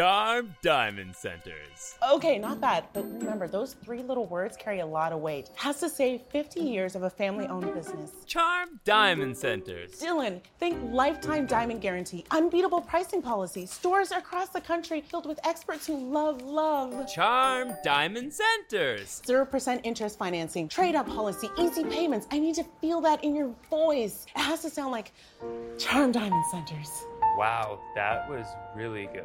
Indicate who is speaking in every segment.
Speaker 1: Charmed Diamond Centers.
Speaker 2: Okay, not bad. But remember, those three little words carry a lot of weight. Has to save 50 years of a family owned business.
Speaker 1: Charmed Diamond Centers.
Speaker 2: Dylan, think lifetime diamond guarantee, unbeatable pricing policy, stores across the country filled with experts who love love.
Speaker 1: Charmed Diamond Centers.
Speaker 2: 0% interest financing, trade up policy, easy payments. I need to feel that in your voice. It has to sound like Charmed Diamond Centers.
Speaker 1: Wow, that was really good.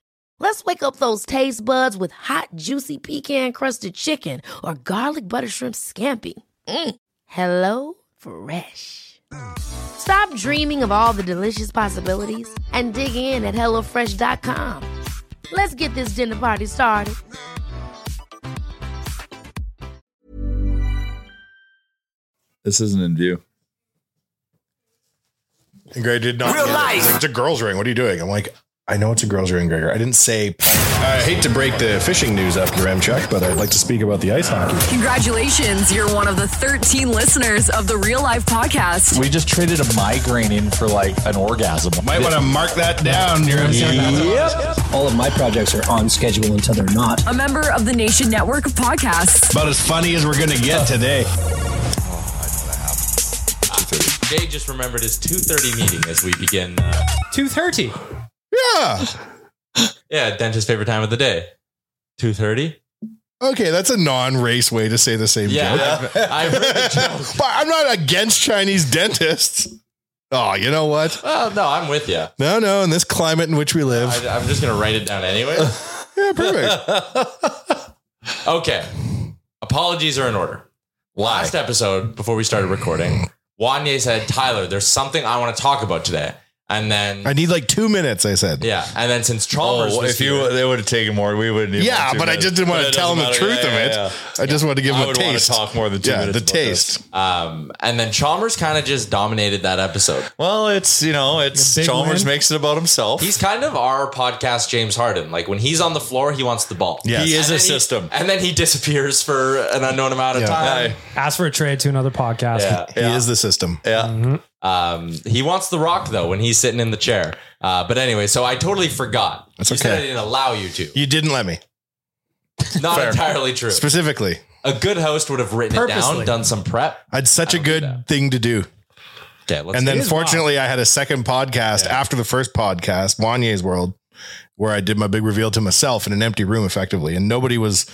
Speaker 3: Let's wake up those taste buds with hot, juicy pecan crusted chicken or garlic butter shrimp scampi. Mm. Hello Fresh. Stop dreaming of all the delicious possibilities and dig in at HelloFresh.com. Let's get this dinner party started.
Speaker 4: This isn't in view.
Speaker 5: And Greg did not.
Speaker 6: Real
Speaker 5: get it.
Speaker 6: life.
Speaker 5: He's like, it's a girl's ring. What are you doing? I'm like, I know it's a girl's ring, Gregor. I didn't say. I hate to break the fishing news after M Chuck, but I'd like to speak about the ice hockey.
Speaker 7: Congratulations, you're one of the 13 listeners of the Real Life Podcast.
Speaker 8: We just traded a migraine in for like an orgasm.
Speaker 5: Might want to mark that down. Your M Chuck.
Speaker 9: All of my projects are on schedule until they're not.
Speaker 7: A member of the Nation Network of Podcasts.
Speaker 5: About as funny as we're gonna get today.
Speaker 10: Jay just remembered his 2.30 meeting as we begin. Uh,
Speaker 11: 230.
Speaker 5: Yeah.
Speaker 10: yeah, dentist's favorite time of the day. 2.30?
Speaker 5: Okay, that's a non-race way to say the same
Speaker 10: Yeah,
Speaker 5: joke.
Speaker 10: I've, I've heard the joke.
Speaker 5: but I'm not against Chinese dentists. Oh, you know what?
Speaker 10: Well, no, I'm with you.
Speaker 5: No, no. In this climate in which we live,
Speaker 10: I, I'm just going to write it down anyway.
Speaker 5: yeah, perfect.
Speaker 10: okay. Apologies are in order. Last episode, before we started recording, Wanye said, Tyler, there's something I want to talk about today. And then,
Speaker 5: I need like two minutes. I said.
Speaker 10: yeah. And then since Chalmers
Speaker 8: Oh,
Speaker 10: was
Speaker 8: if you,
Speaker 10: here,
Speaker 8: they would have taken more. We wouldn't. Even
Speaker 5: Yeah,
Speaker 8: want two
Speaker 5: but I
Speaker 8: minutes.
Speaker 5: just didn't want
Speaker 8: But
Speaker 5: to
Speaker 8: it
Speaker 5: tell him the
Speaker 8: doesn't matter.
Speaker 5: truth
Speaker 8: Yeah, yeah,
Speaker 5: of it.
Speaker 8: yeah.
Speaker 5: I just wanted to give him
Speaker 8: I
Speaker 5: a
Speaker 8: would wanna
Speaker 5: taste.
Speaker 8: talk more than two
Speaker 5: yeah,
Speaker 8: minutes
Speaker 5: the
Speaker 8: about
Speaker 5: taste.
Speaker 10: um, and then Chalmers kind of just dominated that episode.
Speaker 8: Well, it's you know, it's
Speaker 11: The big
Speaker 8: Chalmers
Speaker 11: win.
Speaker 8: makes it about himself.
Speaker 10: He's kind of our podcast James Harden. Like when he's on the floor, he wants the ball.
Speaker 5: Yes.
Speaker 8: He is
Speaker 10: And
Speaker 8: a
Speaker 10: then he-
Speaker 8: system.
Speaker 10: and then he disappears for an unknown amount of
Speaker 5: Yeah.
Speaker 10: time.
Speaker 11: Ask for a trade to another podcast.
Speaker 10: Yeah.
Speaker 5: He is the system.
Speaker 8: yeah.
Speaker 10: Um, he wants the rock though when he's sitting in the chair. Uh, but anyway, so I totally forgot.
Speaker 5: That's
Speaker 10: you Said I
Speaker 5: okay.
Speaker 10: didn't allow you to.
Speaker 5: You didn't let me
Speaker 10: Not entirely true.
Speaker 5: specifically.
Speaker 10: A good host would have written it
Speaker 11: Purposely.
Speaker 10: down, done some prep.
Speaker 5: I'd such a good thing to do.
Speaker 10: Okay, let's
Speaker 5: And
Speaker 10: do
Speaker 5: then
Speaker 10: it.
Speaker 5: fortunately, I had a second podcast after the first podcast, Wanye's World, where I did my big reveal to myself in an empty room effectively. And nobody was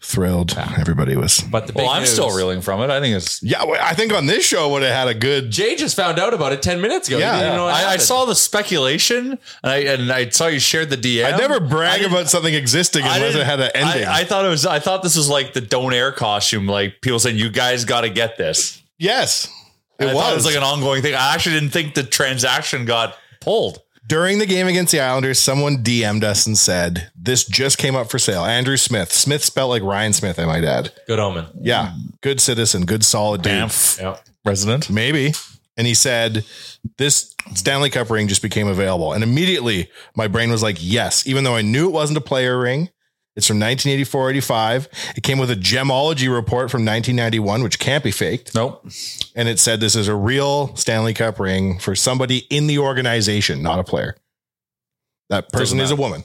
Speaker 5: thrilled. Everybody was.
Speaker 10: but the big
Speaker 8: Well, I'm
Speaker 10: news-
Speaker 8: still reeling from it. I think it's.
Speaker 5: Yeah, well, I think on this show would have had a good.
Speaker 10: Jay just found out about it ten minutes ago. He
Speaker 5: Yeah.
Speaker 10: didn't even know what
Speaker 8: I, I
Speaker 10: happened.
Speaker 8: saw the speculation, and I and I saw you shared the DM.
Speaker 5: I never brag
Speaker 8: didn't-
Speaker 5: about something existing unless it
Speaker 8: didn't-
Speaker 5: had an ending.
Speaker 8: I, I thought it was. I thought this was like the don't air costume. Like people saying, "You guys got to get this."
Speaker 5: yes, it
Speaker 8: I
Speaker 5: was.
Speaker 8: thought it was like an ongoing thing. I actually didn't think the transaction got pulled.
Speaker 5: During the game against the Islanders, someone DM'd us and said, This just came up for sale. Andrew Smith. Smith spelled like Ryan Smith, I might add.
Speaker 10: good omen.
Speaker 5: Yeah.
Speaker 8: Mm.
Speaker 5: Good citizen, good solid dude.
Speaker 10: Yep.
Speaker 8: resident.
Speaker 5: Maybe. And he said, This Stanley Cup ring just became available. And immediately my brain was like, Yes, even though I knew it wasn't a player ring. It's from 1984 85. It came with a gemology report from 1991, which can't be faked.
Speaker 8: Nope.
Speaker 5: And it said this is a real Stanley Cup ring for somebody in the organization, not a player. That person is a woman.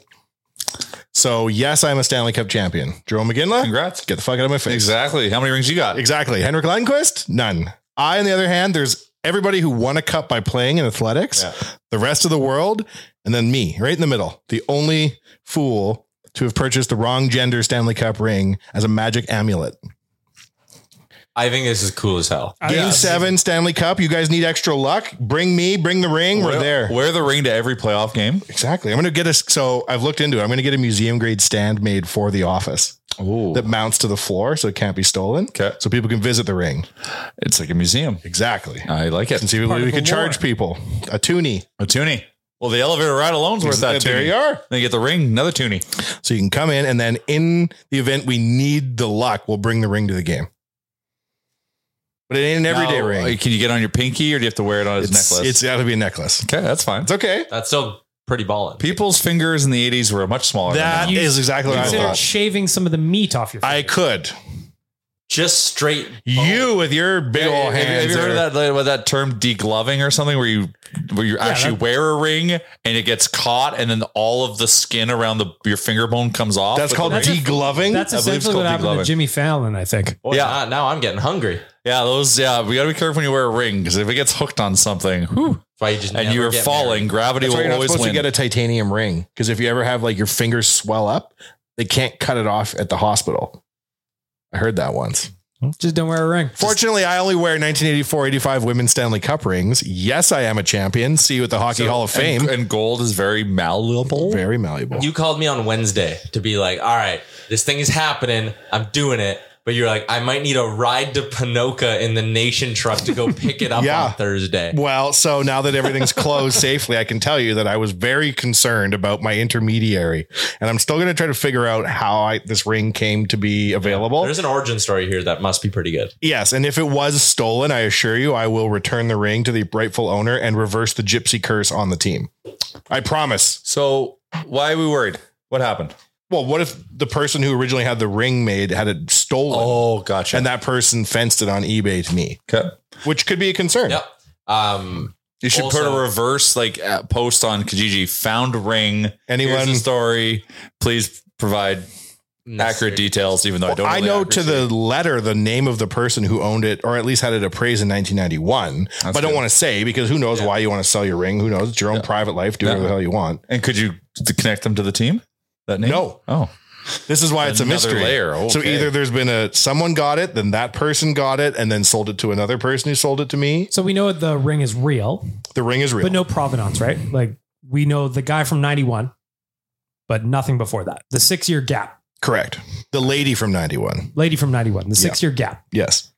Speaker 5: So, yes, I'm a Stanley Cup champion. Jerome McGinley,
Speaker 8: Congrats.
Speaker 5: Get the fuck out of my face.
Speaker 8: Exactly. How many rings you got?
Speaker 5: Exactly. Henrik Lundqvist, none. I, on the other hand, there's everybody who won a cup by playing in athletics, the rest of the world, and then me, right in the middle, the only fool to have purchased the wrong gender Stanley Cup ring as a magic amulet.
Speaker 3: I think this is cool as hell.
Speaker 5: Game seven Stanley Cup. You guys need extra luck. Bring me, bring the ring. We're
Speaker 8: Wear-
Speaker 5: there.
Speaker 8: wear the ring to every playoff game.
Speaker 5: Exactly. I'm gonna get a so I've looked into it. I'm gonna get a museum grade stand made for the office that mounts to the floor so it can't be stolen. Okay. So people can visit the ring.
Speaker 8: It's like a museum.
Speaker 5: Exactly.
Speaker 8: I like it.
Speaker 5: And see if we can charge people. A toonie.
Speaker 8: A toonie. Well, the elevator ride alone's worth that.
Speaker 5: There
Speaker 8: toonie.
Speaker 5: you are.
Speaker 8: Then you get the ring, another toonie.
Speaker 5: So you can come in and then in the event we need the luck, we'll bring the ring to the game. But it ain't an everyday
Speaker 8: Now,
Speaker 5: ring.
Speaker 8: Can you get it on your pinky, or do you have to wear it on his
Speaker 5: It's-
Speaker 8: necklace?
Speaker 5: it's gotta be a necklace.
Speaker 8: Okay, that's fine. It's
Speaker 5: okay.
Speaker 3: That's still pretty ballin'.
Speaker 8: People's fingers in the '80s were much smaller.
Speaker 5: That
Speaker 8: than
Speaker 5: is exactly what I
Speaker 6: Consider
Speaker 5: thought.
Speaker 6: shaving some of the meat off your.
Speaker 5: I could.
Speaker 3: Just straight.
Speaker 8: Oh.
Speaker 5: You with your big
Speaker 8: Have-
Speaker 5: old
Speaker 8: have,
Speaker 5: hands.
Speaker 8: you heard
Speaker 5: there.
Speaker 8: of that, like, what that term degloving or something where you where you actually wear a ring and it gets caught and then all of the skin around the your finger bone comes off?
Speaker 5: That's
Speaker 8: with
Speaker 5: called
Speaker 8: the ring?
Speaker 5: degloving.
Speaker 6: That's
Speaker 8: I believe it's
Speaker 6: essentially what
Speaker 8: called
Speaker 6: happened to
Speaker 8: degloving.
Speaker 6: Jimmy Fallon, I think.
Speaker 3: Boy, yeah. Ah, Now, now I'm getting hungry.
Speaker 8: Yeah, those. Yeah, we gotta be careful when you wear a ring because if it gets hooked on something, whew,
Speaker 3: Why you just
Speaker 8: and
Speaker 3: never
Speaker 8: you're
Speaker 3: get
Speaker 8: falling,
Speaker 3: married.
Speaker 8: gravity
Speaker 5: That's why
Speaker 8: will
Speaker 5: you're not
Speaker 8: always
Speaker 5: supposed
Speaker 8: win.
Speaker 5: to get a titanium ring because if you ever have like your fingers swell up, they can't cut it off at the hospital. I heard that once.
Speaker 6: Hmm? Just don't wear a ring.
Speaker 5: Fortunately, I only wear 1984-85 women's Stanley Cup rings. Yes, I am a champion. See you at the Hockey
Speaker 8: So-
Speaker 5: Hall of Fame.
Speaker 8: and, and gold is very malleable.
Speaker 5: Very malleable.
Speaker 3: You called me on Wednesday to be like, all right, this thing is happening. I'm doing it. But you're like, I might need a ride to Panoka in the nation truck to go pick it up
Speaker 5: Yeah.
Speaker 3: on Thursday.
Speaker 5: Well, so now that everything's closed safely, I can tell you that I was very concerned about my intermediary, and I'm still going to try to figure out how I, this ring came to be available.
Speaker 3: There's an origin story here that must be pretty good.
Speaker 5: Yes, and if it was stolen, I assure you, I will return the ring to the rightful owner and reverse the gypsy curse on the team. I promise.
Speaker 8: So, why are we worried? What happened?
Speaker 5: Well, what if the person who originally had the ring made had it stolen?
Speaker 8: Oh, gotcha.
Speaker 5: And that person fenced it on eBay to me,
Speaker 8: Okay.
Speaker 5: which could be a concern.
Speaker 3: Yep. Um,
Speaker 8: You should put
Speaker 3: Also-
Speaker 8: a reverse like uh, post on Kijiji. Found ring.
Speaker 5: Anyone-
Speaker 8: Here's the story? Please provide
Speaker 3: Necessary.
Speaker 8: accurate details. Even though I don't.
Speaker 5: I
Speaker 8: the
Speaker 5: know to
Speaker 8: accuracy.
Speaker 5: the letter the name of the person who owned it, or at least had it appraised in 1991. but I don't
Speaker 8: good.
Speaker 5: want to say because who knows why you want to sell your ring? Who knows? It's your own private life. Do whatever the hell you want.
Speaker 8: And could you t- connect them to the team? That name?
Speaker 5: No.
Speaker 8: Oh,
Speaker 5: This is why it's a
Speaker 8: Another
Speaker 5: mystery.
Speaker 8: layer,
Speaker 5: So
Speaker 8: okay.
Speaker 5: either there's been a someone got it, then that person got it, and then sold it to another person who sold it to me.
Speaker 6: So we know the ring is real,
Speaker 5: The ring is real.
Speaker 6: but no provenance, right? Like we know the guy from '91, but nothing before that. The six-year gap.
Speaker 5: Correct. The lady from 91.
Speaker 6: Lady from '91. The
Speaker 5: Yeah.
Speaker 6: six-year gap.
Speaker 5: Yes.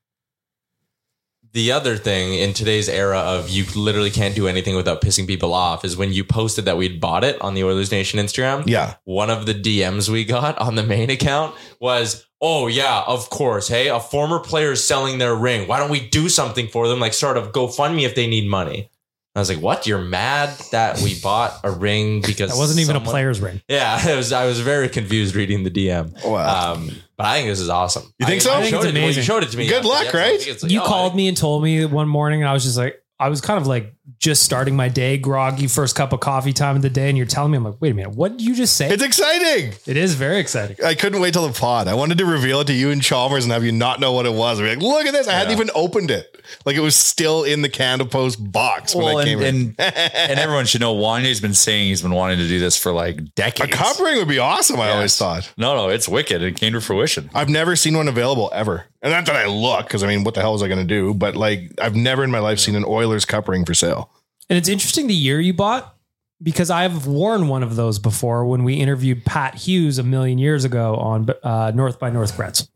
Speaker 3: the other thing in today's era of you literally can't do anything without pissing people off is when you posted that we'd bought it on the Oilers Nation Instagram.
Speaker 5: Yeah.
Speaker 3: One of the DMs we got on the main account was, "Oh yeah, of course. Hey, a former player is selling their ring. Why don't we do something for them? Like sort of GoFundMe if they need money." I was like, "What? You're mad that we bought a ring because
Speaker 6: That wasn't even a
Speaker 3: someone-
Speaker 6: player's ring.
Speaker 3: Yeah, it was, I was very confused reading the DM.
Speaker 5: Wow.
Speaker 3: Um, but I think this is awesome.
Speaker 5: You think so?
Speaker 3: I
Speaker 5: I think
Speaker 3: showed
Speaker 6: it's
Speaker 3: it, well, you
Speaker 6: amazing.
Speaker 3: showed it to me.
Speaker 5: Good
Speaker 3: after
Speaker 5: luck,
Speaker 3: the episode.
Speaker 5: right?
Speaker 3: I think it's like,
Speaker 6: you
Speaker 3: oh,
Speaker 6: called me and told me one morning, and I was just like, I was kind of like just starting my day, groggy, first cup of coffee time of the day, and you're telling me, I'm like, wait a minute, what did you just say?
Speaker 5: It's exciting.
Speaker 6: it is very exciting.
Speaker 5: I couldn't wait till the pod. I wanted to reveal it to you and Chalmers and have you not know what it was. I'd be like, look at this. I hadn't even opened it. Like it was still in the candle post box when
Speaker 8: Well,
Speaker 5: I came
Speaker 8: and,
Speaker 5: in.
Speaker 8: and, and everyone should know Wanya's been saying he's been wanting to do this for like
Speaker 5: A
Speaker 8: decades.
Speaker 5: cup ring would be awesome, I always thought.
Speaker 8: No, no, it's wicked. It came to fruition.
Speaker 5: I've never seen one available ever. And not that I look, because I mean, what the hell was I going to do? But like, I've never in my life seen an Oilers cup ring for sale.
Speaker 6: And it's interesting the year you bought because I've worn one of those before when we interviewed Pat Hughes a million years ago on uh, North by Northwest.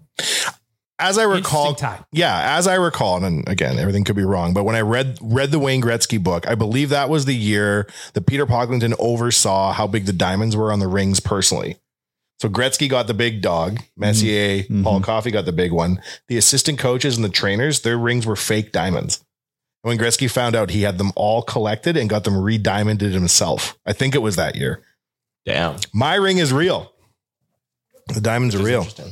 Speaker 5: As I recall,
Speaker 6: Interesting tie.
Speaker 5: yeah, as I recall, and again, everything could be wrong, but when I read read the Wayne Gretzky book, I believe that was the year that Peter Pocklington oversaw how big the diamonds were on the rings personally. So Gretzky got the big dog, Messier,
Speaker 8: Mm-hmm.
Speaker 5: Paul Coffey got the big one. The assistant coaches and the trainers, their rings were fake diamonds. When Gretzky found out, he had them all collected and got them re-diamonded himself. I think it was that year.
Speaker 3: Damn.
Speaker 5: My ring is real. The diamonds are real.
Speaker 3: Interesting.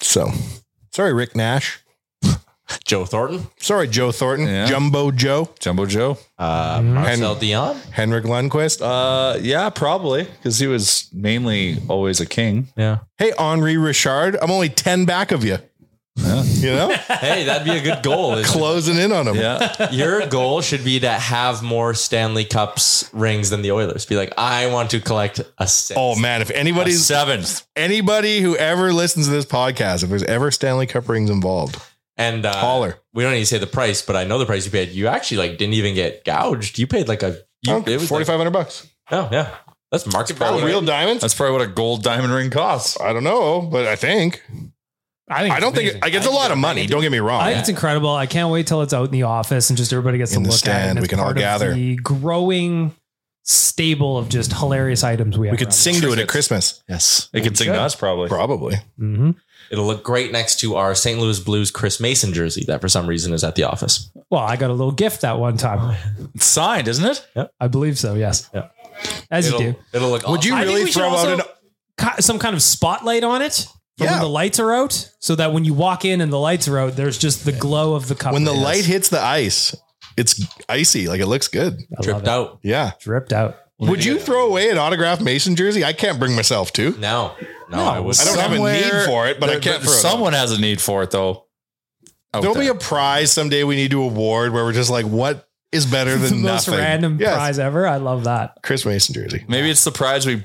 Speaker 5: So sorry, Rick Nash.
Speaker 3: Joe Thornton,
Speaker 5: Sorry, Joe Thornton.
Speaker 8: Yeah.
Speaker 5: Jumbo Joe.
Speaker 8: Jumbo Joe.
Speaker 3: uh,
Speaker 5: Mm-hmm.
Speaker 3: Marcel Dion.
Speaker 5: Henrik Lundqvist.
Speaker 8: Uh, yeah, probably because he was mainly always a king.
Speaker 3: Yeah.
Speaker 5: hey, Henri Richard. I'm only 10 back of you. You know,
Speaker 3: Hey, that'd be a good goal. isn't it?
Speaker 5: closing in on him.
Speaker 8: Yeah,
Speaker 3: Your goal should be to have more Stanley Cups rings than the Oilers. Be like, I want to collect a six.
Speaker 5: Oh man, if
Speaker 8: a
Speaker 5: anybody's
Speaker 8: seventh.
Speaker 5: anybody who ever listens to this podcast, if there's ever Stanley Cup rings involved,
Speaker 8: And uh, Taller. We don't need to say the price, but I know the price you paid. You actually like didn't even get gouged. You paid like a you,
Speaker 5: Oh, forty five hundred bucks.
Speaker 8: Oh yeah, that's market
Speaker 5: probably
Speaker 8: value.
Speaker 5: real diamonds. That's
Speaker 12: probably what a gold diamond ring costs.
Speaker 5: I don't know, but I think.
Speaker 6: I
Speaker 5: I don't
Speaker 6: amazing.
Speaker 5: think I get a lot of money. Don't get me wrong.
Speaker 6: I think it's incredible. I can't wait till it's out in the office and just everybody gets
Speaker 5: In
Speaker 6: to
Speaker 5: the
Speaker 6: look at it.
Speaker 5: stand,
Speaker 6: and
Speaker 5: we
Speaker 6: it's
Speaker 5: can all
Speaker 6: part of
Speaker 5: gather.
Speaker 6: the growing stable of just hilarious items we have.
Speaker 5: we could sing to it at Christmas. Yes,
Speaker 12: They could
Speaker 8: We
Speaker 12: sing
Speaker 8: should.
Speaker 12: to us probably.
Speaker 5: Probably.
Speaker 6: Mm-hmm.
Speaker 8: It'll look great next to our St. Louis Blues Chris Mason jersey that for some reason is at the office.
Speaker 6: Well, I got a little gift that one time.
Speaker 12: It's signed, isn't it?
Speaker 6: I believe so. Yes. As
Speaker 8: it'll,
Speaker 6: you do.
Speaker 8: It'll look.
Speaker 6: Would you
Speaker 8: awesome.
Speaker 6: I think really we should throw out also- an- Ki- Some kind of spotlight on it. From when the lights are out, so that when you walk in and the lights are out, there's just the glow of the cup.
Speaker 5: When the light hits the ice, it's icy. Like it looks good.
Speaker 8: Dripped out.
Speaker 5: Yeah.
Speaker 6: Dripped out.
Speaker 5: Would you throw away an autographed Mason jersey? I can't bring myself to.
Speaker 8: No. No,
Speaker 5: I
Speaker 8: I would.
Speaker 5: don't have a need for it, but I can't throw it.
Speaker 12: someone has a need for it though.
Speaker 5: out. There'll be a prize someday we need to award where we're just like, what is better
Speaker 6: the
Speaker 5: than
Speaker 6: most
Speaker 5: nothing?
Speaker 6: random
Speaker 5: Yes.
Speaker 6: prize ever. I love that.
Speaker 5: Chris Mason jersey.
Speaker 12: Maybe it's the prize we.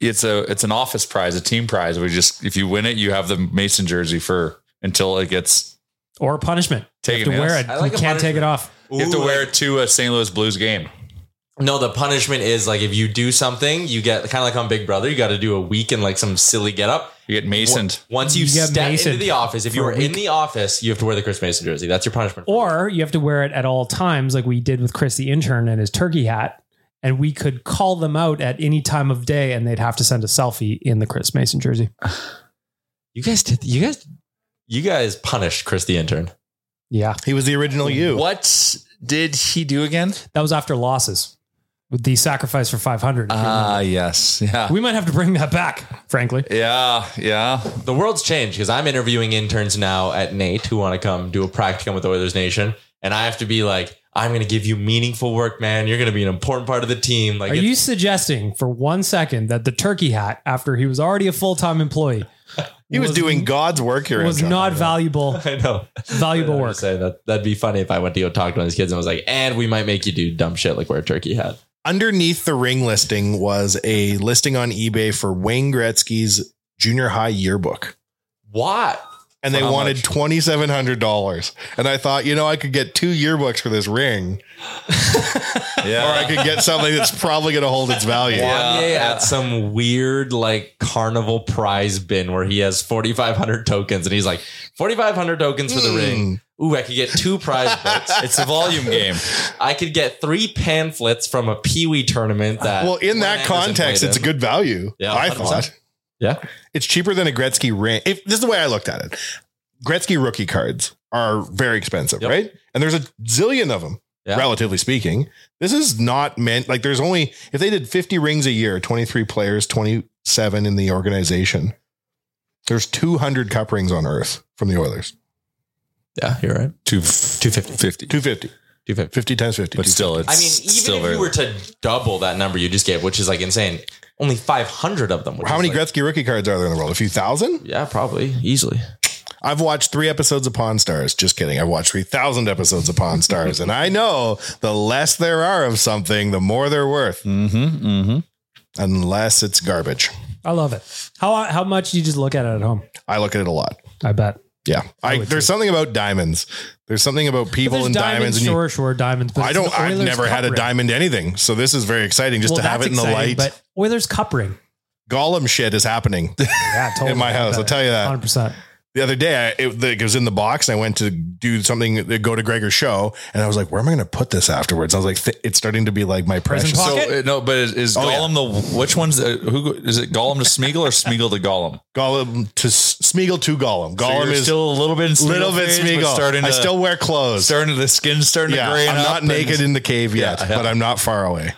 Speaker 12: It's a it's an office prize, a team prize. We just if you win it, you have the Mason jersey for until it gets
Speaker 6: Or punishment.
Speaker 12: taken.
Speaker 6: to wear it.
Speaker 12: Yes.
Speaker 6: you can't take it off.
Speaker 12: You have to wear it to a St. Louis Blues game.
Speaker 8: No, the punishment is like if you do something, you get kind of like on Big Brother, you got to do a week in like some silly get up.
Speaker 12: You get masoned.
Speaker 8: Once you,
Speaker 6: You get
Speaker 8: step into
Speaker 6: masoned
Speaker 8: the office, if you
Speaker 6: for
Speaker 8: were
Speaker 6: a
Speaker 8: in
Speaker 6: week.
Speaker 8: the office, you have to wear the Chris Mason jersey. That's your punishment.
Speaker 6: Or you have to wear it at all times, like we did with Chris the intern and his turkey hat. And we could call them out at any time of day, and they'd have to send a selfie in the Chris Mason jersey.
Speaker 8: You guys did. You guys. You guys punished Chris the intern.
Speaker 6: Yeah,
Speaker 5: he was the original you.
Speaker 12: What did he do again?
Speaker 6: That was after losses with the sacrifice for five hundred.
Speaker 12: Ah, yes, yeah,
Speaker 6: we might have to bring that back. Frankly,
Speaker 12: yeah, yeah.
Speaker 8: The world's changed because I'm interviewing interns now at Nate who want to come do a practicum with Oilers Nation, and I have to be like, I'm going to give you meaningful work, man. You're going to be an important part of the team. Like,
Speaker 6: are
Speaker 8: it's-
Speaker 6: you suggesting for one second that the turkey hat, after he was already a full time employee,
Speaker 5: He was, doing God's work here.
Speaker 6: was not valuable?
Speaker 8: I know.
Speaker 6: Valuable
Speaker 8: work. Saying that that'd be funny if I went to go talk to one of these kids and was like, "And we might make you do dumb shit like wear a turkey hat."
Speaker 5: Underneath the ring listing was a listing on eBay for Wayne Gretzky's junior high yearbook.
Speaker 8: What?
Speaker 5: And they
Speaker 8: For how
Speaker 5: wanted twenty seven hundred dollars. And I thought, you know, I could get two yearbooks for this ring. Or I could get something that's probably gonna hold its value.
Speaker 8: Wanye at some weird like carnival prize bin where he has 4,500 tokens and he's like 4,500 tokens for the ring. Ooh, I could get two prize books.
Speaker 12: it's a volume game.
Speaker 8: I could get three pamphlets from a Pee Wee tournament. That
Speaker 5: well, in
Speaker 8: Glenn
Speaker 5: that
Speaker 8: Anderson
Speaker 5: context,
Speaker 8: played
Speaker 5: it's a
Speaker 8: in.
Speaker 5: good value.
Speaker 8: Yeah,
Speaker 5: I
Speaker 8: 100%.
Speaker 5: thought.
Speaker 8: Yeah.
Speaker 5: It's cheaper than a Gretzky ring. If this is the way I looked at it. Gretzky rookie cards are very expensive, right? And there's a zillion of them, relatively speaking. This is not meant like there's only if they did 50 rings a year, 23 players, 27 in the organization. There's 200 cup rings on earth from the Oilers.
Speaker 8: Yeah, you're right.
Speaker 12: Two,
Speaker 8: 250.
Speaker 12: 50.
Speaker 5: 250.
Speaker 8: 250.
Speaker 5: 50 times 50.
Speaker 12: But still, it's
Speaker 8: I mean, even
Speaker 12: still
Speaker 8: if
Speaker 12: very
Speaker 8: you were to double that number you just gave, which is like insane, only 500 of them. Which
Speaker 5: How
Speaker 8: is,
Speaker 5: many
Speaker 8: like,
Speaker 5: Gretzky rookie cards are there in the world? A few thousand?
Speaker 8: Yeah, probably easily.
Speaker 5: I've watched three episodes of Pawn Stars. Just kidding. I've watched 3,000 episodes of Pawn Stars. and I know the less there are of something, the more they're worth.
Speaker 12: Mm-hmm. Mm-hmm.
Speaker 5: Unless it's garbage.
Speaker 6: I love it. How how much do you just look at it at home?
Speaker 5: I look at it a lot.
Speaker 6: I bet.
Speaker 5: Yeah. I, there's something about diamonds. There's something about people
Speaker 6: There's
Speaker 5: and diamonds. and you-
Speaker 6: sure, sure, diamonds. But
Speaker 5: I
Speaker 6: it's an
Speaker 5: don't, I've
Speaker 6: Oilers
Speaker 5: never had
Speaker 6: cup
Speaker 5: a
Speaker 6: ring.
Speaker 5: diamond anything. So this is very exciting just
Speaker 6: Well,
Speaker 5: to have
Speaker 6: that's
Speaker 5: it in the
Speaker 6: exciting,
Speaker 5: light.
Speaker 6: But Oilers cup ring.
Speaker 5: Gollum shit is happening
Speaker 6: Yeah, totally.
Speaker 5: in my house. I'll tell you that.
Speaker 6: Hundred percent.
Speaker 5: the other day, I, it, it was in the box, and I went to do something, go to Gregor's show, and I was like, "Where am I going to put this afterwards?" I was like, th- "It's starting to be like my precious."
Speaker 12: So, uh, no, but is, is
Speaker 5: Oh,
Speaker 12: Gollum the which one's uh, who is it? Gollum to Smeagol or Smeagol to Gollum?
Speaker 5: Gollum to S- Smeagol to Gollum.
Speaker 12: So
Speaker 5: Gollum
Speaker 12: you're
Speaker 5: is
Speaker 12: still a little bit in Smeagol
Speaker 5: little bit
Speaker 12: phase, but
Speaker 5: Smeagol.
Speaker 12: starting
Speaker 5: I
Speaker 12: to-
Speaker 5: still wear clothes.
Speaker 12: Starting to the skin's starting
Speaker 5: yeah,
Speaker 12: to gray.
Speaker 5: I'm not naked in the cave yet,
Speaker 12: Yeah, yeah.
Speaker 5: but I'm not far away.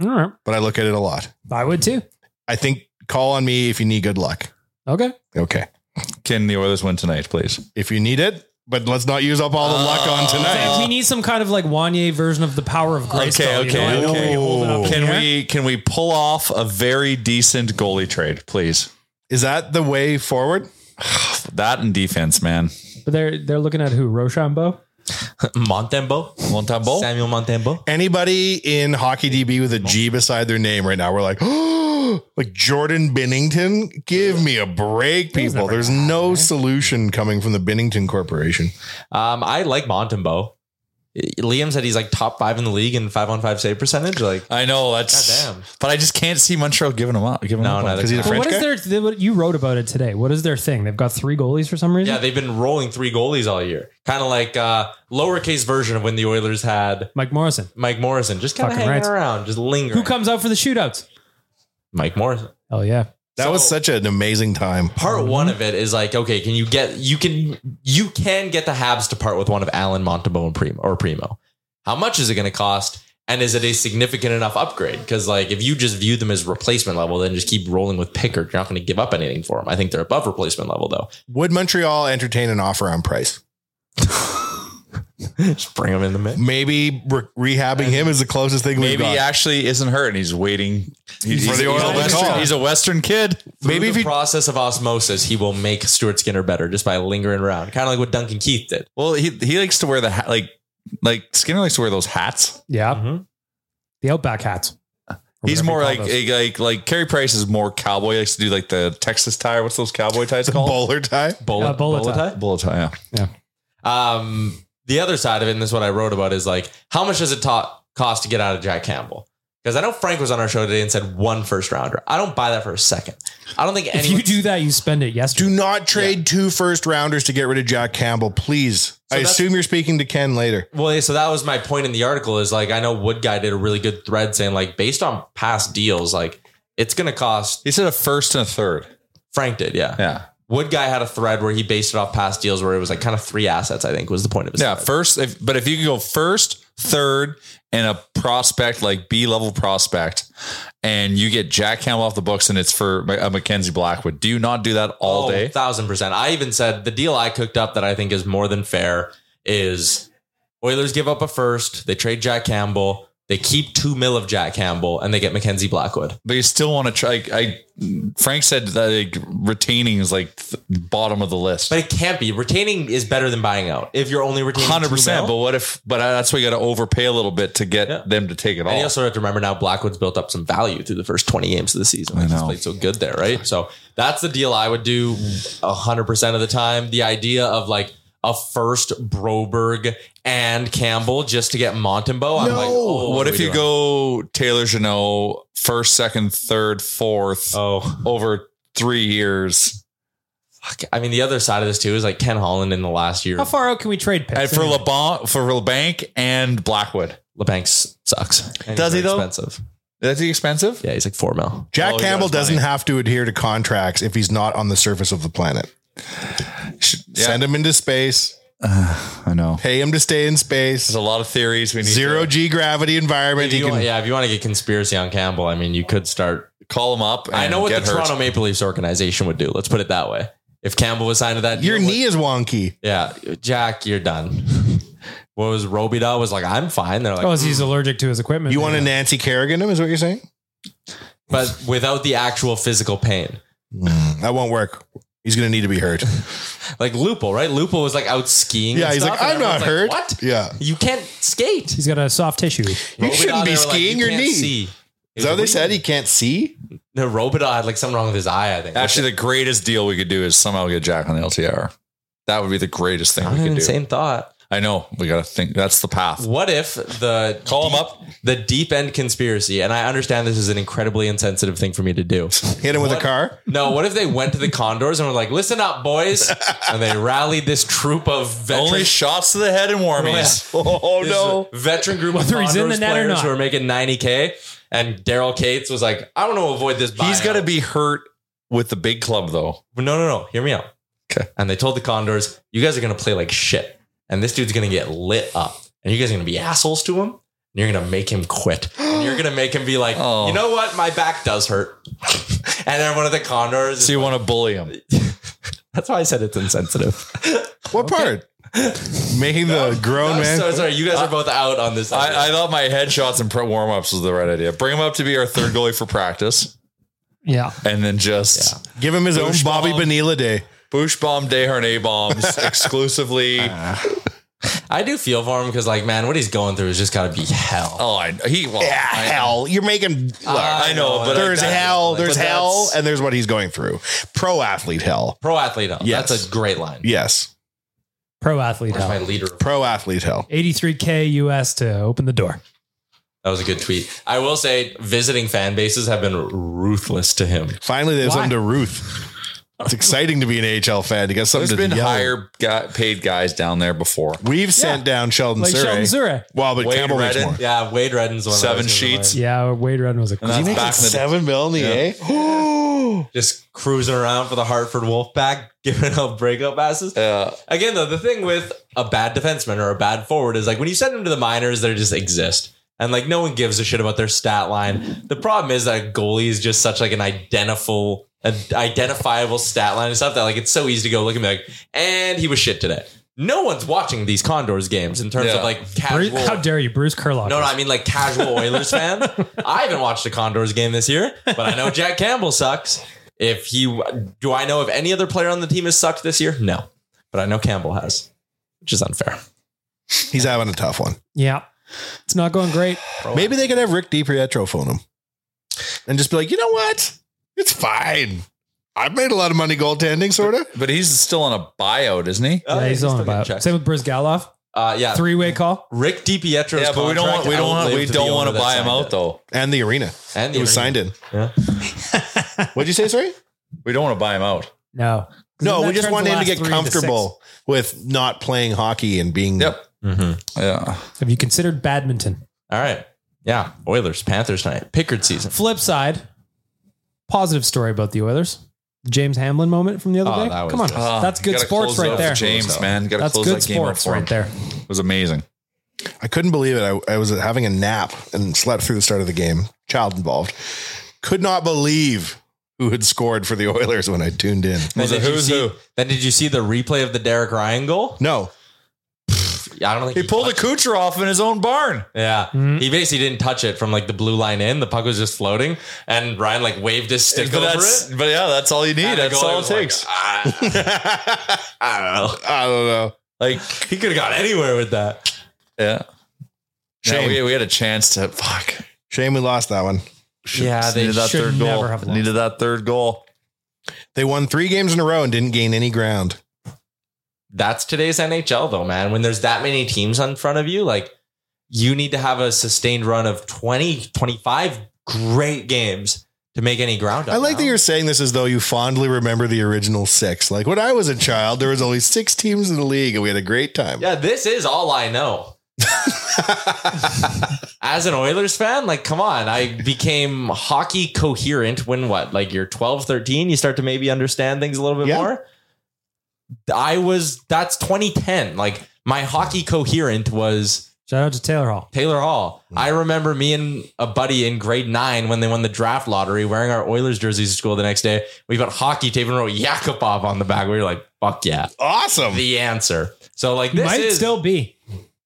Speaker 6: All right,
Speaker 5: But I look at it a lot.
Speaker 6: I would too.
Speaker 5: I think call on me if you need good luck.
Speaker 6: Okay.
Speaker 5: Okay,
Speaker 12: Can the Oilers win tonight, please?
Speaker 5: if you need it, but let's not use up all the luck on tonight.
Speaker 6: we need some kind of like Wanye version of the power of grace.
Speaker 12: Okay, okay, okay.
Speaker 6: in the
Speaker 12: Can
Speaker 6: air.
Speaker 12: we can we pull off a very decent goalie trade, please?
Speaker 5: Is that the way forward?
Speaker 12: That and defense, man.
Speaker 6: But they're they're looking at who? Rochambeau?
Speaker 8: Montembo,
Speaker 12: Montembeau?
Speaker 8: Samuel Montembeau.
Speaker 5: Anybody in hockey DB with a G beside their name right now? We're like, like Jordan Bennington, give me a break, people. There's no solution coming from the Bennington Corporation.
Speaker 8: Um, I like Montembeau. Liam said he's like top five in the league in five on five save percentage. Like
Speaker 12: I know that's, but I just can't see Montreal giving him up. Giving
Speaker 8: No,
Speaker 12: up
Speaker 8: neither
Speaker 12: because
Speaker 8: can
Speaker 12: he's a
Speaker 8: I.
Speaker 12: French
Speaker 6: what
Speaker 12: guy.
Speaker 6: is their? th- What you wrote about it today? What is their thing? They've got three goalies for some reason.
Speaker 8: yeah, they've been rolling three goalies all year, kind of like uh, lowercase version of when the Oilers had
Speaker 6: Mike Morrison.
Speaker 8: Mike Morrison, just kind of
Speaker 6: Fucking
Speaker 8: hanging
Speaker 6: right.
Speaker 8: around, just lingering.
Speaker 6: Who comes out for the shootouts?
Speaker 8: Mike Morrison.
Speaker 6: Oh yeah,
Speaker 5: That was such an amazing time.
Speaker 8: Part
Speaker 12: Uh-huh.
Speaker 8: one of it is like, okay, can you get you can you can get the Habs to part with one of Allen, Montembeau, and Primo or Primo? How much is it going to cost? And is it a significant enough upgrade? Because like, if you just view them as replacement level, then just keep rolling with Pickard. You're not going to give up anything for them. I think they're above replacement level though.
Speaker 5: Would Montreal entertain an offer on price?
Speaker 8: Just bring him in the mix.
Speaker 5: Maybe re- rehabbing him is the closest thing we've
Speaker 12: Maybe
Speaker 5: got.
Speaker 12: he actually isn't hurt and he's waiting. He's,
Speaker 5: For
Speaker 12: he's-
Speaker 5: the
Speaker 12: he's a
Speaker 5: Oilers
Speaker 12: Western,
Speaker 5: call.
Speaker 12: he's a Western kid.
Speaker 8: Maybe the process of osmosis, he will make Stuart Skinner better just by lingering around, kind of like what Duncan Keith did.
Speaker 12: Well, he he likes to wear the hat like like Skinner likes to wear those hats.
Speaker 6: Yeah, the Outback hats.
Speaker 12: He's
Speaker 6: whatever you
Speaker 12: more
Speaker 6: call
Speaker 12: like
Speaker 6: those.
Speaker 12: like like Carey Price is more cowboy. He likes to do like the Texas tie. What's those cowboy ties called?
Speaker 5: Bowler tie.
Speaker 8: Bullet,
Speaker 6: Uh, bowler
Speaker 8: bullet
Speaker 6: tie.
Speaker 8: tie?
Speaker 12: Bullet tie. Yeah.
Speaker 8: Um, the other side of it, and this is what I wrote about, is like how much does it ta- cost to get out of Jack Campbell? Because I know Frank was on our show today and said one first rounder. I don't buy that for a second. I don't think
Speaker 6: If you
Speaker 8: anyone.
Speaker 6: do that, you spend it. Yes.
Speaker 5: Do not trade two first rounders to get rid of Jack Campbell, please. I
Speaker 8: that's-
Speaker 5: assume you're speaking to Ken later.
Speaker 8: Well, yeah, so that was my point in the article is like I know Wood guy did a really good thread saying like based on past deals, like it's gonna cost.
Speaker 12: He said a first and a third.
Speaker 8: Frank did, yeah,
Speaker 12: Yeah.
Speaker 8: Wood guy had a thread where he based it off past deals where it was like kind of three assets. I think was the point of his
Speaker 12: Yeah,
Speaker 8: thread.
Speaker 12: first, if, but if you can go first, third, and a prospect like B level prospect, and you get Jack Campbell off the books, and it's for Ma- uh, Mackenzie Blackwood. Do you not do that all
Speaker 8: Oh,
Speaker 12: day?
Speaker 8: Thousand percent. I even said the deal I cooked up that I think is more than fair is Oilers give up a first, they trade Jack Campbell, they keep two mil of Jack Campbell, and they get Mackenzie Blackwood.
Speaker 12: But you still want to try. I, Frank said that like, retaining is like th- bottom of the list.
Speaker 8: But it can't be. Retaining is better than buying out if you're only retaining
Speaker 12: Hundred
Speaker 8: 2
Speaker 12: percent.
Speaker 8: mil.
Speaker 12: But what if? But uh, that's why you got to overpay a little bit to get them to take it
Speaker 8: And you
Speaker 12: all.
Speaker 8: also have to remember now Blackwood's built up some value through the first 20 games of the season. Like he's played so good there, right? So that's the deal I would do 100% of the time. The idea of like a first Broberg and Campbell just to get Montembeau. I'm like, oh,
Speaker 12: what
Speaker 8: are
Speaker 12: if
Speaker 8: we
Speaker 12: you
Speaker 8: doing?
Speaker 12: go Taylor Janot first, second, third, fourth?
Speaker 8: Oh,
Speaker 12: over three years.
Speaker 8: I mean, the other side of this too is like Ken Holland in the last year.
Speaker 6: How far out can we trade picks?
Speaker 12: And for
Speaker 6: anyway?
Speaker 12: LeBanc, for LeBanc and Blackwood.
Speaker 8: LeBanc sucks. And
Speaker 12: Does he,
Speaker 8: he's very
Speaker 12: though?
Speaker 8: Expensive.
Speaker 12: Is he expensive?
Speaker 8: Yeah, he's like four mil.
Speaker 5: Jack
Speaker 12: Oh, yeah,
Speaker 5: Campbell
Speaker 12: it's funny.
Speaker 5: doesn't have to adhere to contracts if he's not on the surface of the planet. Should Send him into space.
Speaker 12: Uh, I know.
Speaker 5: Pay him to stay in space.
Speaker 12: There's a lot of theories. We need
Speaker 5: Zero
Speaker 12: to
Speaker 5: G gravity environment.
Speaker 8: If you
Speaker 5: He
Speaker 8: want-
Speaker 5: can-
Speaker 8: yeah, if you want to get conspiracy on Campbell, I mean, you could start.
Speaker 12: call him up. And
Speaker 8: I know what the
Speaker 12: get hurt.
Speaker 8: Toronto Maple Leafs organization would do. Let's put it that way. If Campbell was signed to that,
Speaker 5: Your
Speaker 8: deal,
Speaker 5: knee is wonky.
Speaker 8: yeah, Jack, you're done. what was Robida was like? I'm fine. They're like,
Speaker 6: Oh, 'cause he's allergic to his equipment.
Speaker 5: You want to
Speaker 6: Yeah.
Speaker 5: Nancy Kerrigan him, is what you're saying?
Speaker 8: but without the actual physical pain.
Speaker 12: Mm.
Speaker 5: That won't work. He's going to need to be hurt.
Speaker 8: Like Lupo, right? Lupo was like out skiing.
Speaker 5: Yeah,
Speaker 8: and
Speaker 5: he's
Speaker 8: stuff,
Speaker 5: like,
Speaker 8: and
Speaker 5: I'm not
Speaker 8: everyone's like,
Speaker 5: hurt.
Speaker 8: What?
Speaker 5: Yeah.
Speaker 8: You can't skate.
Speaker 6: He's got a soft tissue.
Speaker 5: You shouldn't be
Speaker 8: they were like,
Speaker 5: skiing
Speaker 8: "You
Speaker 5: your
Speaker 8: can't
Speaker 5: knee.
Speaker 8: see."
Speaker 5: Is that what they said? He can't see?
Speaker 8: No, Robidal had like something wrong with his eye. I think.
Speaker 12: Actually, the greatest deal we could do is somehow get Jack on the LTR. That would be the greatest thing we
Speaker 8: an
Speaker 12: could
Speaker 8: insane thought.
Speaker 12: do. I know. We got to think. That's the path.
Speaker 8: What if the
Speaker 12: Call him
Speaker 8: deep-
Speaker 12: up.
Speaker 8: the deep end conspiracy? And I understand this is an incredibly insensitive thing for me to do.
Speaker 5: Hit him with
Speaker 8: What?
Speaker 5: a car?
Speaker 8: No, what if they went to the Condors and were like, "Listen up, boys," and they rallied this troop of veteran,
Speaker 12: Only shots to the head and warmies.
Speaker 5: Oh,
Speaker 8: this
Speaker 5: no.
Speaker 8: veteran group of
Speaker 6: Whether
Speaker 8: Condors
Speaker 6: he's in the net or
Speaker 8: players
Speaker 6: not.
Speaker 8: who are making ninety k. And Daryl Cates was like, "I want to avoid this."
Speaker 12: He's
Speaker 8: buyout."
Speaker 12: got to be hurt with the big club, though.
Speaker 8: No, no, no. Hear me out.
Speaker 12: Okay.
Speaker 8: And they told the Condors, you guys are going to play like shit. And this dude's going to get lit up. And you guys are going to be assholes to him. And you're going to make him quit. And you're going to make him be like,
Speaker 12: Oh.
Speaker 8: you know what? My back does hurt. and then one of the Condors.
Speaker 12: So you want to bully him.
Speaker 8: that's why I said it's insensitive.
Speaker 5: What part? Making the grown
Speaker 8: I'm
Speaker 5: man.
Speaker 8: so sorry. You guys are both out on this.
Speaker 12: I, I thought my headshots and warm ups was the right idea. Bring him up to be our third goalie for practice,
Speaker 6: Yeah.
Speaker 12: and then just
Speaker 5: Give him his own
Speaker 12: Bush
Speaker 5: Bobby
Speaker 12: bomb.
Speaker 5: Benila day.
Speaker 12: Bush bomb, Deharnay bombs exclusively
Speaker 8: I do feel for him because, like, man, what he's going through is just got to be hell.
Speaker 12: Oh, I he well,
Speaker 5: yeah,
Speaker 8: I-
Speaker 5: hell. You're making.
Speaker 8: I
Speaker 5: look,
Speaker 8: know, but
Speaker 5: there's
Speaker 8: like that-
Speaker 5: hell.
Speaker 8: like,
Speaker 5: there's
Speaker 8: but
Speaker 5: hell,
Speaker 8: that's-
Speaker 5: and there's what he's going through. Pro athlete hell.
Speaker 8: Pro athlete hell.
Speaker 5: Yes.
Speaker 8: That's a great line.
Speaker 5: Yes.
Speaker 6: Pro athlete
Speaker 8: Where's my
Speaker 6: help.
Speaker 8: leader?
Speaker 5: Pro athlete hell.
Speaker 6: 83K US to open the door.
Speaker 8: That was a good tweet. I will say, visiting fan bases have been ruthless to him.
Speaker 5: Finally, there's
Speaker 8: Why?
Speaker 5: something to Ruth. It's exciting to be an AHL fan. You got something
Speaker 12: There's
Speaker 5: to
Speaker 12: been
Speaker 5: yell.
Speaker 12: higher guy, paid guys down there before.
Speaker 5: We've sent down Sheldon
Speaker 6: Like
Speaker 5: Surrey.
Speaker 6: Sheldon Surrey.
Speaker 5: Wow, but
Speaker 12: Wade
Speaker 5: Campbell makes
Speaker 12: Redden.
Speaker 5: more.
Speaker 8: Yeah, Wade Redden's one. of
Speaker 12: Seven
Speaker 8: those who, like,
Speaker 12: sheets.
Speaker 6: Yeah, Wade Redden was a
Speaker 12: And that's
Speaker 5: He makes
Speaker 12: back in the
Speaker 5: seven mil in the A.
Speaker 8: just cruising around for the Hartford Wolfpack, giving out breakup passes. Again, though, the thing with a bad defenseman or a bad forward is like when you send them to the minors, they just exist. And like no one gives a shit about their stat line. The problem is that goalie is just such like an identifiable, an identifiable stat line and stuff that like it's so easy to go look at me like, and he was shit today. No one's watching these Condors games in terms
Speaker 6: Yeah.
Speaker 8: of like
Speaker 6: Bruce,
Speaker 8: casual.
Speaker 6: how dare you, Bruce Kurloff?
Speaker 8: No, no, I mean like casual Oilers fan. I haven't watched the Condors game this year, but I know Jack Campbell sucks. If he do I know if any other player on the team has sucked this year? No. But I know Campbell has, which is unfair.
Speaker 5: He's having a tough one.
Speaker 6: Yeah. It's not going great.
Speaker 5: Maybe they could have Rick DiPietro phone him and just be like, you know what? It's fine. I've made a lot of money goaltending, sort of.
Speaker 12: But he's still on a buyout, isn't he?
Speaker 6: yeah, he's on about. Same with Bruce Galoff.
Speaker 8: Uh, yeah.
Speaker 6: Three way call.
Speaker 8: Rick DiPietro's
Speaker 12: Yeah, but we don't want we don't want we don't want to buy him out
Speaker 8: though.
Speaker 12: though.
Speaker 5: And the arena.
Speaker 8: And the
Speaker 5: it was
Speaker 8: arena.
Speaker 5: signed in.
Speaker 8: Yeah.
Speaker 5: What'd you say, sorry?
Speaker 12: We don't want to buy him out.
Speaker 6: No.
Speaker 5: No, we just want him to get comfortable with not playing hockey and being.
Speaker 12: Yep. Yeah.
Speaker 6: Have you considered badminton?
Speaker 8: All right. Yeah. Oilers, Panthers tonight. Pickard season.
Speaker 6: Flip side, positive story about the Oilers. The James Hamlin moment from the other
Speaker 8: Oh,
Speaker 6: day.
Speaker 8: that was
Speaker 6: Come on.
Speaker 8: just-
Speaker 6: That's good
Speaker 12: Ah, Gotta
Speaker 6: sports
Speaker 12: close it
Speaker 6: right
Speaker 12: up for
Speaker 6: there.
Speaker 12: James, man. Gotta
Speaker 6: That's
Speaker 12: close
Speaker 6: good
Speaker 12: that game up
Speaker 6: sports
Speaker 12: for him.
Speaker 6: right there.
Speaker 12: It was amazing.
Speaker 5: I couldn't believe it. I, I was having a nap and slept through the start of the game, child involved. Could not believe who had scored for the Oilers when I tuned in.
Speaker 8: Then did, you see, then did you see the replay of the Derek Ryan goal?
Speaker 5: No.
Speaker 8: I don't think
Speaker 12: He pulled Mm-hmm. a Kucher off in his own barn.
Speaker 8: Yeah. He basically didn't touch it from like the blue line in. The puck was just floating and Ryan like waved his stick
Speaker 12: But
Speaker 8: over
Speaker 12: that's
Speaker 8: it.
Speaker 12: but yeah, that's all you need.
Speaker 8: And the
Speaker 12: That's
Speaker 8: goalie
Speaker 12: all it
Speaker 8: was like,
Speaker 12: takes.
Speaker 8: I don't know.
Speaker 5: I don't know.
Speaker 12: Like
Speaker 8: he could have gone anywhere with that.
Speaker 12: Yeah.
Speaker 5: Shame.
Speaker 12: Yeah, we, we had a chance to fuck.
Speaker 5: Shame we lost that one.
Speaker 8: Yeah, they should
Speaker 12: goal.
Speaker 6: never have lost.
Speaker 12: Needed that third goal.
Speaker 5: They won three games in a row and didn't gain any ground.
Speaker 8: That's today's NHL though, man. When there's that many teams in front of you, like you need to have a sustained run of 20, 25 great games to make any ground up.
Speaker 5: I like
Speaker 8: now.
Speaker 5: that you're saying this as though you fondly remember the original six. Like when I was a child, there was only six teams in the league, and we had a great time.
Speaker 8: Yeah, this is all I know. As an Oilers fan, like, come on. I became hockey coherent when what? Like, you're 12, 13. You start to maybe understand things a little bit more. I was, that's 2010. Like, my hockey coherent was
Speaker 6: Shout out to Taylor Hall.
Speaker 8: Taylor Hall. I remember me and a buddy in grade nine when they won the draft lottery wearing our Oilers jerseys to school the next day. We got hockey tape and wrote Yakupov on the back. We were like, fuck yeah.
Speaker 5: Awesome.
Speaker 8: The answer. So, like,
Speaker 6: He
Speaker 8: this
Speaker 6: might
Speaker 8: is.
Speaker 6: still be.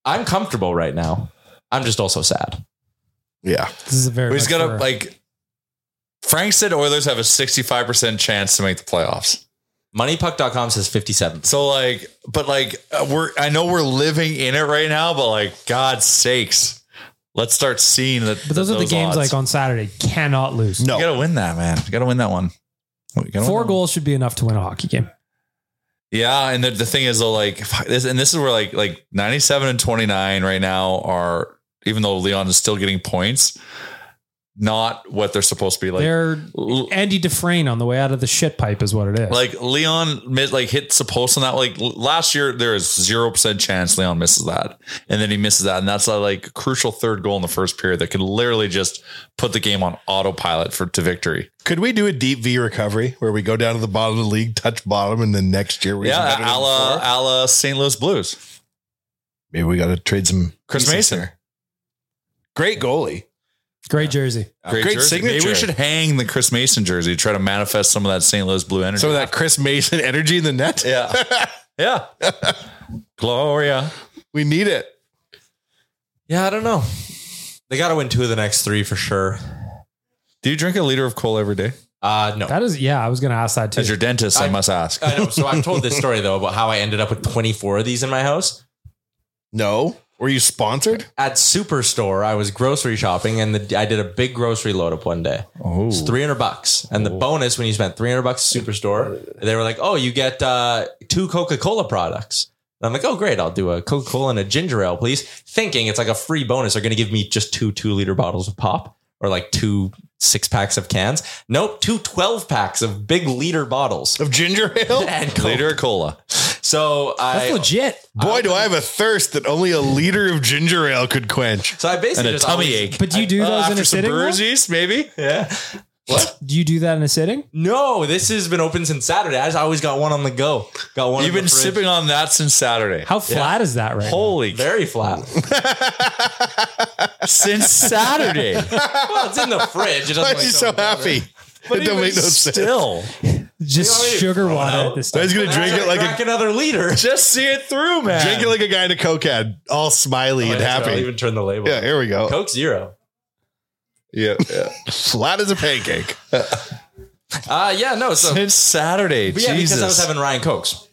Speaker 8: I'm comfortable right now. I'm just also sad.
Speaker 5: Yeah.
Speaker 6: This is a very
Speaker 12: We just
Speaker 6: much
Speaker 12: gotta
Speaker 6: for-
Speaker 12: like Frank said Oilers have a 65% chance to make the playoffs.
Speaker 8: Moneypuck.com says 57.
Speaker 12: So like, but like uh, we're I know we're living in it right now, but like God sakes, let's start seeing that.
Speaker 6: But those, are the games like on Saturday. Cannot lose.
Speaker 12: you gotta win that, man. You gotta win that one. You gotta win
Speaker 6: Four
Speaker 12: that one.
Speaker 6: goals should be enough to win a hockey game.
Speaker 12: Yeah, and the, the thing is though, like fuck, this, and this is where like like 97 and 29 right now are even though Leon is still getting points, not what they're supposed to be like.
Speaker 6: They're Andy Dufresne on the way out of the shit pipe is what it is.
Speaker 12: Like Leon mid, like hits a post on that. Like l- last year, there is zero percent chance Leon misses that, and then he misses that, and that's a like crucial third goal in the first period that could literally just put the game on autopilot for to victory.
Speaker 5: Could we do a deep V recovery where we go down to the bottom of the league, touch bottom, and then next year we
Speaker 12: yeah, a la, a la St. Louis Blues.
Speaker 5: maybe we got to trade some
Speaker 12: Chris
Speaker 5: pieces
Speaker 12: Mason.
Speaker 5: there. Great goalie. Uh,
Speaker 6: Great jersey.
Speaker 12: Great,
Speaker 5: Great
Speaker 12: jersey. Maybe
Speaker 5: signature.
Speaker 12: we should hang the Chris Mason jersey to try to manifest some of that St. Louis blue energy.
Speaker 5: Some of that Chris Mason energy in the net.
Speaker 12: Yeah. yeah. Gloria.
Speaker 5: We need it.
Speaker 8: Yeah, I don't know. They got to win two of the next three for sure.
Speaker 12: Do you drink a liter of cola every day?
Speaker 8: Uh, no.
Speaker 6: That is, yeah, I was going to ask that too.
Speaker 12: As your dentist, I, must ask.
Speaker 8: I know. So I've told this story though about how I ended up with 24 of these in my house.
Speaker 5: No. Were you sponsored?
Speaker 8: At Superstore, I was grocery shopping and the, I did a big grocery load up one day. Oh. It's 300 bucks. And the bonus when you spent 300 bucks at Superstore, they were like, oh, you get uh, two Coca Cola products. And I'm like, oh, great. I'll do a Coca Cola and a ginger ale, please. Thinking it's like a free bonus. They're going to give me just two two liter bottles of pop or like two six packs of cans. Nope, two 12 packs of big liter bottles
Speaker 5: of ginger ale
Speaker 8: and Coke. liter cola. So I,
Speaker 5: That's
Speaker 6: legit.
Speaker 5: Boy, do I have a thirst that only a liter of ginger ale could quench.
Speaker 8: So I basically
Speaker 5: and a
Speaker 8: just
Speaker 5: tummy
Speaker 8: always- uh,
Speaker 5: ache.
Speaker 6: But do you do those in
Speaker 5: after
Speaker 6: a
Speaker 5: some
Speaker 6: sitting?
Speaker 5: brews,
Speaker 6: though?
Speaker 5: yeast,
Speaker 8: maybe. Yeah. What?
Speaker 6: Do you do that in a sitting?
Speaker 8: No, this has been open since Saturday. I just always got one on the go. Got one.
Speaker 12: You've been sipping on that since Saturday.
Speaker 6: How flat is that right now?
Speaker 12: Holy,
Speaker 8: very flat.
Speaker 12: since Saturday.
Speaker 8: well, it's in the fridge. It doesn't
Speaker 5: Why
Speaker 8: like
Speaker 5: is he so
Speaker 8: something about
Speaker 5: happy?
Speaker 12: But
Speaker 5: it don't
Speaker 12: even
Speaker 5: make no
Speaker 12: still.
Speaker 5: sense.
Speaker 6: Just sugar water at this time.
Speaker 5: He's gonna drink it like
Speaker 8: a, another liter.
Speaker 12: Just see it through, man.
Speaker 5: Drink it like a guy in a coke ad, all smiley and happy.
Speaker 8: I'll even turn the label.
Speaker 5: yeah, here we go.
Speaker 8: Coke Zero.
Speaker 5: Yeah, yeah. flat as a pancake.
Speaker 8: Uh yeah, no. So
Speaker 12: Since Saturday,
Speaker 8: But yeah, because I was
Speaker 12: Jesus.
Speaker 8: having Ryan Cokes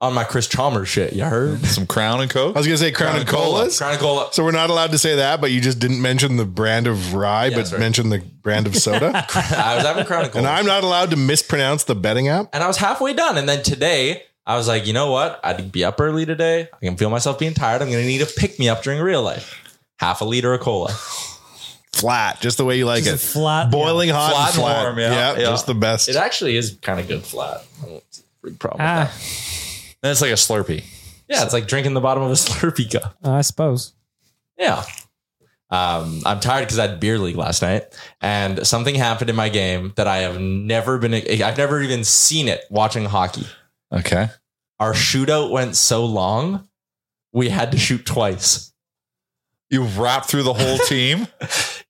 Speaker 8: on my Chris Chalmers shit. You heard
Speaker 12: some Crown and Coke.
Speaker 5: I was gonna say Crown, and Colas.
Speaker 8: Crown and Cola.
Speaker 5: So we're not allowed to say that, but you just didn't mention the brand of rye, but
Speaker 8: that's right.
Speaker 5: mentioned the brand of soda.
Speaker 8: I was having Crown and Cola.
Speaker 5: and I'm not allowed to mispronounce the betting app.
Speaker 8: And I was halfway done. And then today, I was like, you know what? I'd be up early today. I can feel myself being tired. I'm going to need a pick me up during real life. Half a liter of cola.
Speaker 5: Flat, just the way you like
Speaker 6: Just
Speaker 5: it.
Speaker 6: a flat-
Speaker 5: boiling
Speaker 6: yeah.
Speaker 5: hot,
Speaker 12: Flat
Speaker 5: and
Speaker 12: and
Speaker 5: flat.
Speaker 12: warm, yeah, yeah.
Speaker 5: just the best.
Speaker 8: It actually is kind of good flat. I don't see a big problem. with
Speaker 6: Ah,
Speaker 12: And it's like a Slurpee.
Speaker 8: that. Yeah, it's like drinking the bottom of a Slurpee cup.
Speaker 6: Uh, I suppose.
Speaker 8: Yeah. Um, I'm tired because I had beer league last night, and something happened in my game that I have never been. I've never even seen it watching hockey.
Speaker 12: Okay.
Speaker 8: Our shootout went so long, we had to shoot twice.
Speaker 12: You wrap through the whole team.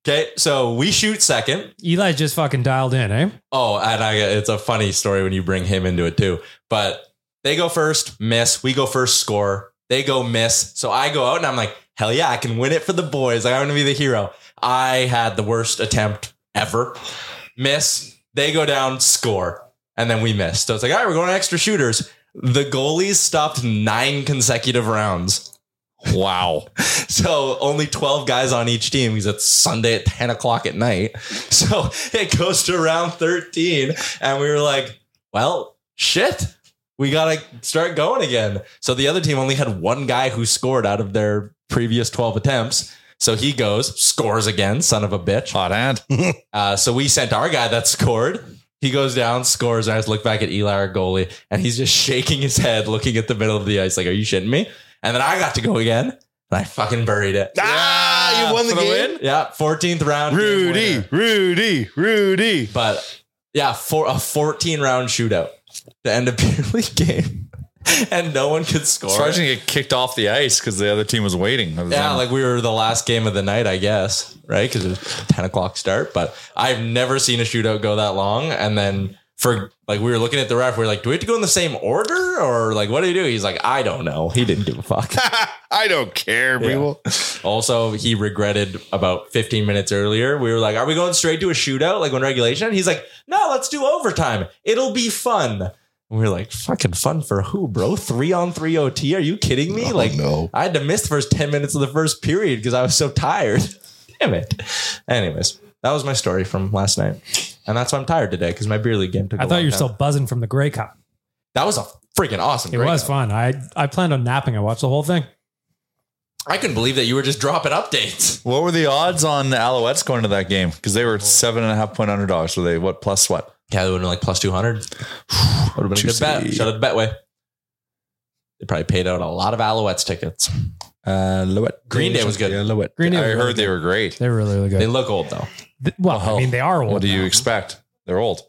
Speaker 8: Okay, so we shoot second.
Speaker 6: Eli just fucking dialed in, eh?
Speaker 8: Oh, and I, it's a funny story when you bring him into it too. But they go first, miss. We go first, score. They go miss. So I go out and I'm like, hell yeah, I can win it for the boys. Like, I'm going to be the hero. I had the worst attempt ever. Miss. They go down, score. And then we miss. So it's like, all right, we're going to extra shooters. The goalies stopped nine consecutive rounds.
Speaker 12: Wow.
Speaker 8: So only 12 guys on each team because it's Sunday at 10 o'clock at night. So it goes to round 13. And we were like, well, shit, we got to start going again. So the other team only had one guy who scored out of their previous 12 attempts. So he goes, scores again, son of a bitch.
Speaker 12: Hot hand.
Speaker 8: Uh, so we sent our guy that scored. He goes down, scores. And I just look back at Eli, our goalie, and he's just shaking his head, looking at the middle of the ice, like, "Are you shitting me?" And then I got to go again, and I fucking buried it.
Speaker 5: Ah, you won the
Speaker 12: For the
Speaker 5: game.
Speaker 8: Yeah, fourteenth round, game
Speaker 5: Rudy,
Speaker 8: winner.
Speaker 5: Rudy, Rudy.
Speaker 8: But yeah, for a fourteen round shootout, the end of beer league game, and no one could score.
Speaker 12: Surprised you didn't get kicked off the ice because the other team was waiting.
Speaker 8: Yeah, like we were the last game of the night, I guess, right? Because it was 10 o'clock start. But I've never seen a shootout go that long. And then for like, we were looking at the ref, we are like, do we have to go in the same order? Or like, what do you do? He's like, I don't know. He didn't give a fuck.
Speaker 5: I don't care, people.
Speaker 8: also, he regretted about 15 minutes earlier. We were like, are we going straight to a shootout? Like, when regulation? And he's like, no, let's do overtime. It'll be fun. And we were like, fucking fun for who, bro? Three on three OT? Are you kidding me? like,
Speaker 5: no.
Speaker 8: I had to miss the first 10 minutes of the first period because I was so tired. Damn it. Anyways, that was my story from last night. And that's why I'm tired today because my beer league game took
Speaker 6: I
Speaker 8: a
Speaker 6: thought
Speaker 8: long
Speaker 6: you were
Speaker 8: time.
Speaker 6: still buzzing from the Grey Cup.
Speaker 8: That was a freaking awesome
Speaker 6: It
Speaker 8: break.
Speaker 6: was fun. I I planned on napping. I watched the whole thing.
Speaker 8: I couldn't believe that you were just dropping updates.
Speaker 12: What were the odds on the Alouettes going to that game? Because
Speaker 6: Oh.
Speaker 12: they were seven and a half point underdogs. So they what plus what?
Speaker 8: Yeah, they would have been like plus 200. Would have been a good
Speaker 12: Juicy.
Speaker 8: bet. Shout out to Betway. They probably paid out a lot of Alouettes tickets. Uh,
Speaker 12: Alouette.
Speaker 8: Green Day was good.
Speaker 12: Alouette.
Speaker 6: Green Day
Speaker 12: I
Speaker 6: was really
Speaker 12: heard they were great.
Speaker 6: They're really, really good.
Speaker 8: They look old though.
Speaker 6: Th- well,
Speaker 8: Oh,
Speaker 6: I mean, they are old.
Speaker 12: What do you
Speaker 6: now.
Speaker 12: expect? They're old.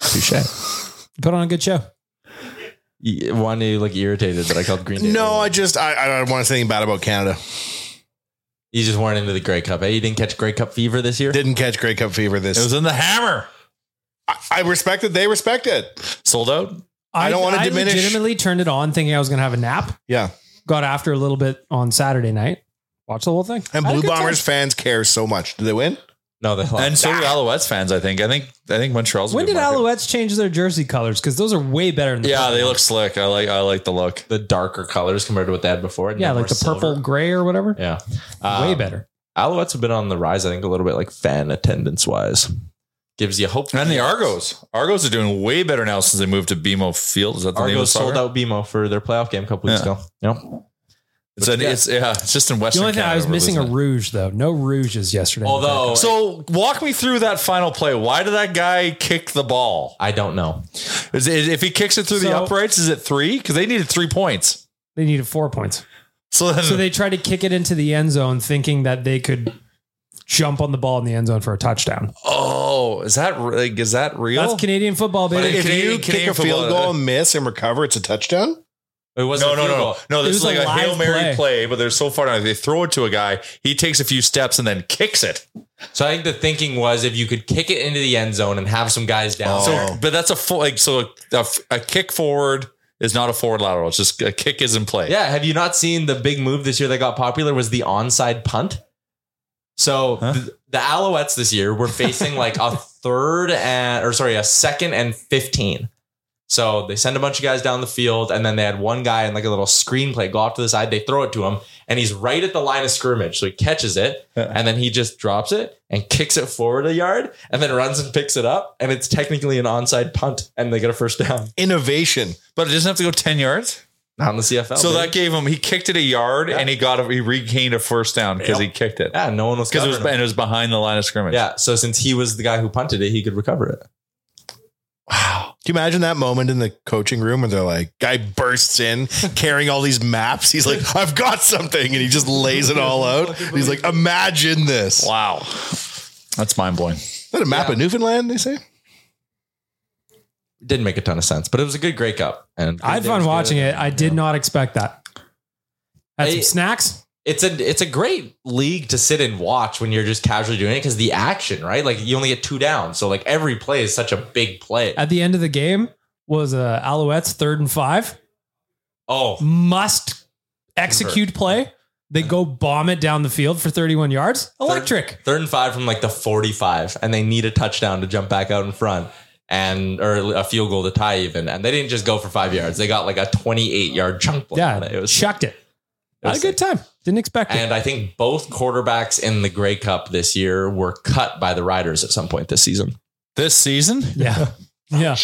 Speaker 6: Put on a good show.
Speaker 8: Y- One, you look irritated that I called Green Day.
Speaker 5: No,
Speaker 8: old.
Speaker 5: I just I, I don't want to say anything bad about Canada.
Speaker 8: you just weren't into the Grey Cup. Eh? You didn't catch Grey Cup fever this year.
Speaker 5: Didn't catch Grey Cup fever this.
Speaker 12: It was in the hammer.
Speaker 5: I, I respect it. They respect it.
Speaker 12: Sold out.
Speaker 5: I don't wanna diminish-
Speaker 6: legitimately turned it on thinking I was going to have a nap.
Speaker 5: Yeah.
Speaker 6: Got after a little bit on Saturday night. Watched the whole thing. Had
Speaker 5: And
Speaker 6: a
Speaker 5: Blue
Speaker 6: good
Speaker 5: Bombers fans care so much. Do they win?
Speaker 8: No, they
Speaker 12: and so do Alouettes fans. I think. I think. I think Montreal's. a
Speaker 6: When
Speaker 12: good
Speaker 6: did
Speaker 12: market.
Speaker 6: Alouettes change their jersey colors? Because those are way better than the
Speaker 12: Yeah, they look slick. I like. I like the look.
Speaker 8: The darker colors compared to what they had before.
Speaker 6: yeah, like the purple gray or whatever.
Speaker 8: Yeah, Um,
Speaker 6: Way better.
Speaker 8: Alouettes have been on the rise. I think a little bit like fan attendance wise. Gives you hope.
Speaker 12: And the Argos. Argos are doing way better now since they moved to BMO Field. Is that the name of the
Speaker 8: Argos
Speaker 12: soccer?
Speaker 8: sold out BMO for their playoff game a couple weeks
Speaker 12: Yeah.
Speaker 8: ago. Yep.
Speaker 12: It's, an, it's yeah. It's just in
Speaker 6: The
Speaker 12: Western.
Speaker 6: only thing I
Speaker 12: Canada
Speaker 6: was
Speaker 12: we're
Speaker 6: missing a
Speaker 12: losing it.
Speaker 6: rouge though. No rouges yesterday.
Speaker 8: Although-
Speaker 12: so walk me through that final play. Why did that guy kick the ball?
Speaker 8: I don't know.
Speaker 12: Is it, if he kicks it through the
Speaker 6: So-
Speaker 12: uprights, is it three? Because they needed three points.
Speaker 6: they needed four points.
Speaker 12: So, then,
Speaker 6: So they tried to kick it into the end zone, thinking that they could jump on the ball in the end zone for a touchdown.
Speaker 12: oh, is that re- like, is that real?
Speaker 6: That's Canadian football,
Speaker 5: But
Speaker 6: baby.
Speaker 5: if
Speaker 12: Canadian-
Speaker 5: you
Speaker 12: Canadian
Speaker 5: kick a field
Speaker 12: football- uh,
Speaker 5: goal, miss, and recover, it's a touchdown.
Speaker 8: It wasn't
Speaker 12: no,
Speaker 8: a
Speaker 12: no, no,
Speaker 8: field goal.
Speaker 12: no.
Speaker 6: It
Speaker 12: This
Speaker 6: was
Speaker 12: is like
Speaker 6: a
Speaker 12: a
Speaker 6: live
Speaker 12: hail mary
Speaker 6: play.
Speaker 12: play. but they're so far down. They throw it to a guy. He takes a few steps and then kicks it.
Speaker 8: So I think the thinking was if you could kick it into the end zone and have some guys down. Oh. there.
Speaker 12: So, but that's a full. Like, so a, a kick forward is not a forward lateral. It's just a kick is in play.
Speaker 8: Yeah, have you not seen the big move this year that got popular was the onside punt? So th- the Alouettes this year were facing like a third and or sorry, a second and 15. So they send a bunch of guys down the field and then they had one guy in like a little screenplay go off to the side, they throw it to him and he's right at the line of scrimmage. So he catches it and then he just drops it and kicks it forward a yard and then runs and picks it up and it's technically an onside punt and they get a first down.
Speaker 5: Innovation.
Speaker 12: But it doesn't have to go ten yards.
Speaker 8: Not in the CFL.
Speaker 12: So
Speaker 8: dude.
Speaker 12: that gave him. He kicked it a yard and he got a, he regained a first down because he kicked it
Speaker 8: yeah, no one was
Speaker 12: because it was
Speaker 8: covering him.
Speaker 12: and it was behind the line of scrimmage.
Speaker 8: Yeah. So since he was the guy who punted it, he could recover it.
Speaker 5: Do you imagine that moment in the coaching room where they're like, guy bursts in carrying all these maps. He's like, I've got something. And he just lays it all out. And he's like, imagine this.
Speaker 12: Wow, that's mind blowing.
Speaker 5: Is that a map of Newfoundland, they say?
Speaker 8: Didn't make a ton of sense, but it was a good Grey Cup. And
Speaker 6: I had fun watching it. I did not expect that. Had some
Speaker 8: I-
Speaker 6: snacks.
Speaker 8: It's a it's a great league to sit and watch when you're just casually doing it because the action, right? Like you only get two down, so like every play is such a big play.
Speaker 6: At the end of the game was uh, Alouettes third and five.
Speaker 8: Oh,
Speaker 6: Must execute play. They go bomb it down the field for 31 yards. Electric.
Speaker 8: Third, third and five from like the 45, and they need a touchdown to jump back out in front and or a field goal to tie even. And they didn't just go for five yards; they got like a 28 yard chunk play.
Speaker 6: yeah,
Speaker 8: on it. it was
Speaker 6: chucked it.
Speaker 8: it
Speaker 6: Had a
Speaker 8: was
Speaker 6: good time. Didn't expect it.
Speaker 8: And I think both quarterbacks in the Grey Cup this year were cut by the Riders at some point this season.
Speaker 12: This season,
Speaker 6: Yeah. Yeah.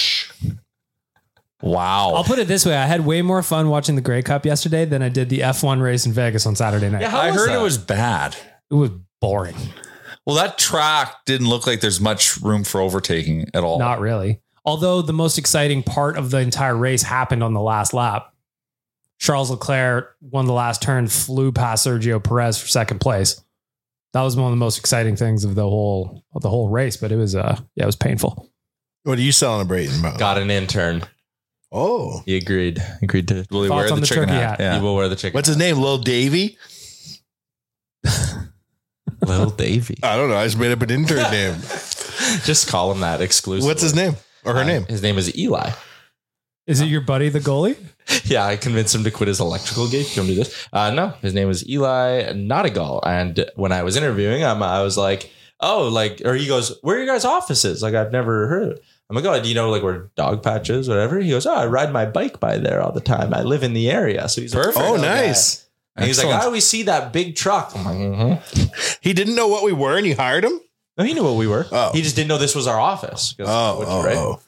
Speaker 12: wow.
Speaker 6: I'll put it this way. I had way more fun watching the Grey Cup yesterday than I did the F1 race in Vegas on Saturday night.
Speaker 12: I heard it was bad.
Speaker 6: It was boring.
Speaker 12: Well, that track didn't look like there's much room for overtaking at all.
Speaker 6: Not really. Although the most exciting part of the entire race happened on the last lap. Charles Leclerc won the last turn, flew past Sergio Perez for second place. That was one of the most exciting things of the whole of the whole race, but it was uh yeah, it was painful.
Speaker 5: What are you celebrating about?
Speaker 8: Got an intern.
Speaker 5: Oh.
Speaker 8: He agreed. Agreed to.
Speaker 12: Will he
Speaker 6: Thoughts
Speaker 12: wear the,
Speaker 6: on the
Speaker 12: chicken
Speaker 6: turkey
Speaker 12: hat?
Speaker 6: hat?
Speaker 12: Yeah.
Speaker 8: He will wear the chicken.
Speaker 5: What's his name? Lil Davy?
Speaker 8: Little Davy.
Speaker 5: I don't know. I just made up an intern name.
Speaker 8: Just call him that exclusively.
Speaker 5: What's his name? Or her
Speaker 8: Uh,
Speaker 5: name?
Speaker 8: His name is Eli.
Speaker 6: Is it your buddy the goalie?
Speaker 8: Yeah, I convinced him to quit his electrical gig. Come do this. Uh, no, his name is Eli Nottigal. And when I was interviewing him, I was like, "Oh, like," or he goes, "Where are your guys' offices?" Like, I've never heard of it. I'm like, "Oh, do you know like where dog patch is, whatever?" He goes, "Oh, I ride my bike by there all the time. I live in the area." So he's
Speaker 12: Perfect.
Speaker 8: A
Speaker 5: Oh,
Speaker 8: Toronto guy.
Speaker 5: nice.
Speaker 8: And he's like,
Speaker 12: Excellent.
Speaker 8: "I always see that big truck." I'm like, "Mhm."
Speaker 5: He didn't know what we were and you hired him?
Speaker 8: "No, he knew what we were.
Speaker 5: Oh.
Speaker 8: He just didn't know this was our office." 'Cause-
Speaker 5: Oh,
Speaker 8: which-
Speaker 5: oh, oh.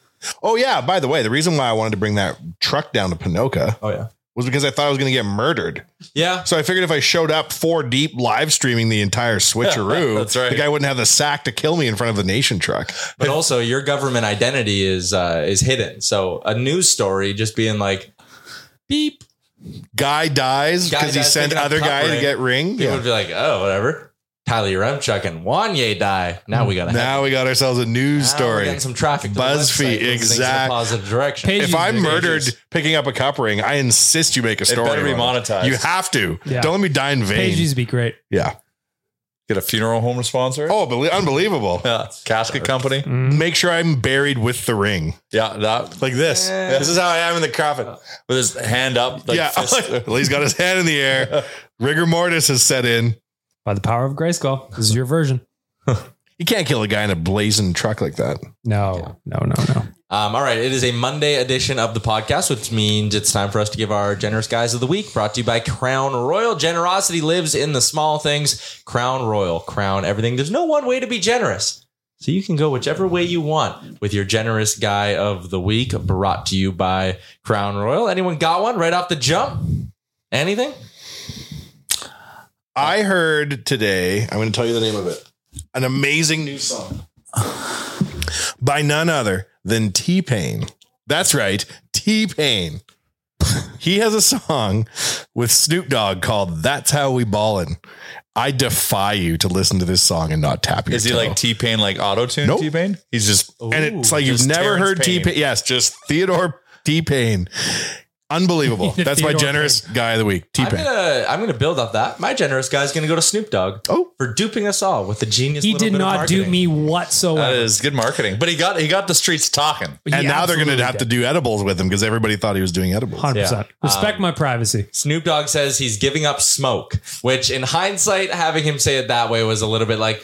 Speaker 5: Oh, yeah. By the way, the reason why I wanted to bring that truck down to Pinoca
Speaker 8: oh, yeah,
Speaker 5: was because I thought I was going to get murdered.
Speaker 8: yeah.
Speaker 5: So I figured if I showed up four deep live streaming the entire switcheroo,
Speaker 12: That's right.
Speaker 5: the guy wouldn't have the sack to kill me in front of the nation truck.
Speaker 8: But also, your government identity is uh, is hidden. So a news story just being like, "Beep."
Speaker 5: Guy dies
Speaker 8: Guy
Speaker 5: because he
Speaker 8: dies
Speaker 5: sent
Speaker 8: picking up
Speaker 5: other
Speaker 8: cup
Speaker 5: guy to
Speaker 8: ring.
Speaker 5: get ring.
Speaker 8: People
Speaker 5: Yeah.
Speaker 8: would be like, "Oh, whatever." Tyler Remchuk and Wanye die. Now we got
Speaker 5: Now we got ourselves a news
Speaker 8: We're
Speaker 5: story.
Speaker 8: getting some traffic. to the website,
Speaker 5: BuzzFeed,
Speaker 8: moves things in a
Speaker 5: exact-
Speaker 8: positive direction.
Speaker 6: Page-
Speaker 5: If I'm
Speaker 6: Pages.
Speaker 5: murdered picking up a cup ring, I insist you make a
Speaker 12: It
Speaker 5: story.
Speaker 12: better be
Speaker 5: about it.
Speaker 12: monetized.
Speaker 5: You have to.
Speaker 6: Yeah.
Speaker 5: Don't let me die in
Speaker 6: Page
Speaker 5: vain.
Speaker 6: used to be great.
Speaker 5: Yeah.
Speaker 12: Get a funeral home sponsor.
Speaker 5: Oh, Mm. belie- unbelievable.
Speaker 12: yeah. Casket company.
Speaker 6: Mm-hmm.
Speaker 5: Make sure I'm buried with the ring.
Speaker 12: Yeah, that
Speaker 5: Like this. This is how I am in the coffin.
Speaker 12: with his hand up. Like
Speaker 5: yeah.
Speaker 12: fist.
Speaker 5: well, he's got his hand in the air. Rigor mortis has set in.
Speaker 6: By the power of Grayskull. This is your version.
Speaker 5: You can't kill a guy in a blazing truck like that.
Speaker 6: No, no, no, no.
Speaker 8: Um, all right, it is a Monday edition of the podcast, which means it's time for us to give our generous guys of the week. Brought to you by Crown Royal. Generosity lives in the small things. Crown Royal, crown everything. There's no one way to be generous, so you can go whichever way you want with your generous guy of the week. Brought to you by Crown Royal. Anyone got one right off the jump? Anything?
Speaker 5: I heard today, I'm going to tell you the name of it, an amazing new song by none other than T Pain. That's right, T Pain. he has a song with Snoop Dogg called That's How We Ballin'. I defy you to listen to this song and not tap your
Speaker 12: Is he
Speaker 5: toe.
Speaker 12: like T Pain, like auto tune
Speaker 5: Nope.
Speaker 12: T Pain?
Speaker 5: He's just, and it's like you've
Speaker 12: just
Speaker 5: never
Speaker 12: Terrence
Speaker 5: heard T
Speaker 12: Payne.
Speaker 5: Pain. Yes, just Theodore T Pain. Unbelievable. That's my
Speaker 8: Theodore
Speaker 5: generous guy of the week, T
Speaker 8: I'm
Speaker 5: Pain.
Speaker 8: gonna I'm gonna build off that. My generous guy's gonna go to Snoop Dogg.
Speaker 5: Oh,
Speaker 8: for duping us all with the genius.
Speaker 6: He
Speaker 8: little
Speaker 6: did
Speaker 8: bit of
Speaker 6: not do
Speaker 8: marketing.
Speaker 6: me whatsoever.
Speaker 12: That is good marketing. But he got he got the streets talking.
Speaker 6: He
Speaker 5: And now they're going
Speaker 6: absolutely
Speaker 5: to have to do edibles with him because everybody thought he was doing edibles.
Speaker 6: 100%. Respect my privacy.
Speaker 8: Um, Snoop Dogg says he's giving up smoke, which in hindsight, having him say it that way was a little bit like.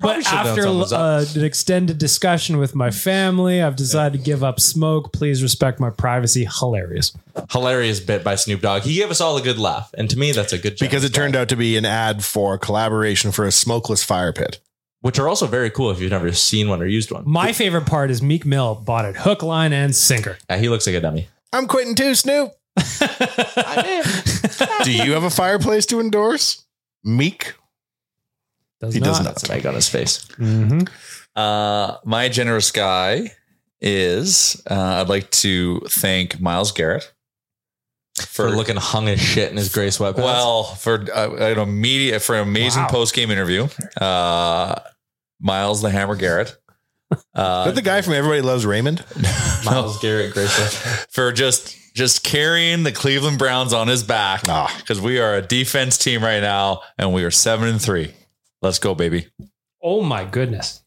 Speaker 8: probably
Speaker 6: But
Speaker 8: should've known
Speaker 6: after
Speaker 8: something was up.
Speaker 6: uh, an extended discussion with my family, I've decided to give up smoke. Please respect my privacy. Hilarious.
Speaker 8: hilarious bit by Snoop Dogg, he gave us all a good laugh, and to me, that's a good
Speaker 5: Because it turned out to be an ad for a collaboration for a smokeless fire pit.
Speaker 8: Which are also very cool if you've never seen one or used one.
Speaker 6: My favorite part is Meek Mill bought it hook, line, and sinker.
Speaker 8: Yeah, he looks like a dummy.
Speaker 5: I'm quitting too, Snoop. do you have a fireplace to endorse? Meek?
Speaker 6: Does
Speaker 5: he does not.
Speaker 8: That's an egg on his face.
Speaker 12: Uh, my generous guy is uh, I'd like to thank Miles Garrett
Speaker 8: For looking hung as shit in his gray sweatpants.
Speaker 12: Well, for uh, an immediate for an amazing
Speaker 8: Wow.
Speaker 12: post game interview, uh, Miles the Hammer Garrett. Uh,
Speaker 5: Is that the guy from Everybody Loves Raymond?
Speaker 8: Miles Garrett, gray sweatpants.
Speaker 12: for just just carrying the Cleveland Browns on his back
Speaker 5: Ah.
Speaker 12: because we are a defense team right now and we are seven and three. Let's go, baby.
Speaker 6: Oh my goodness.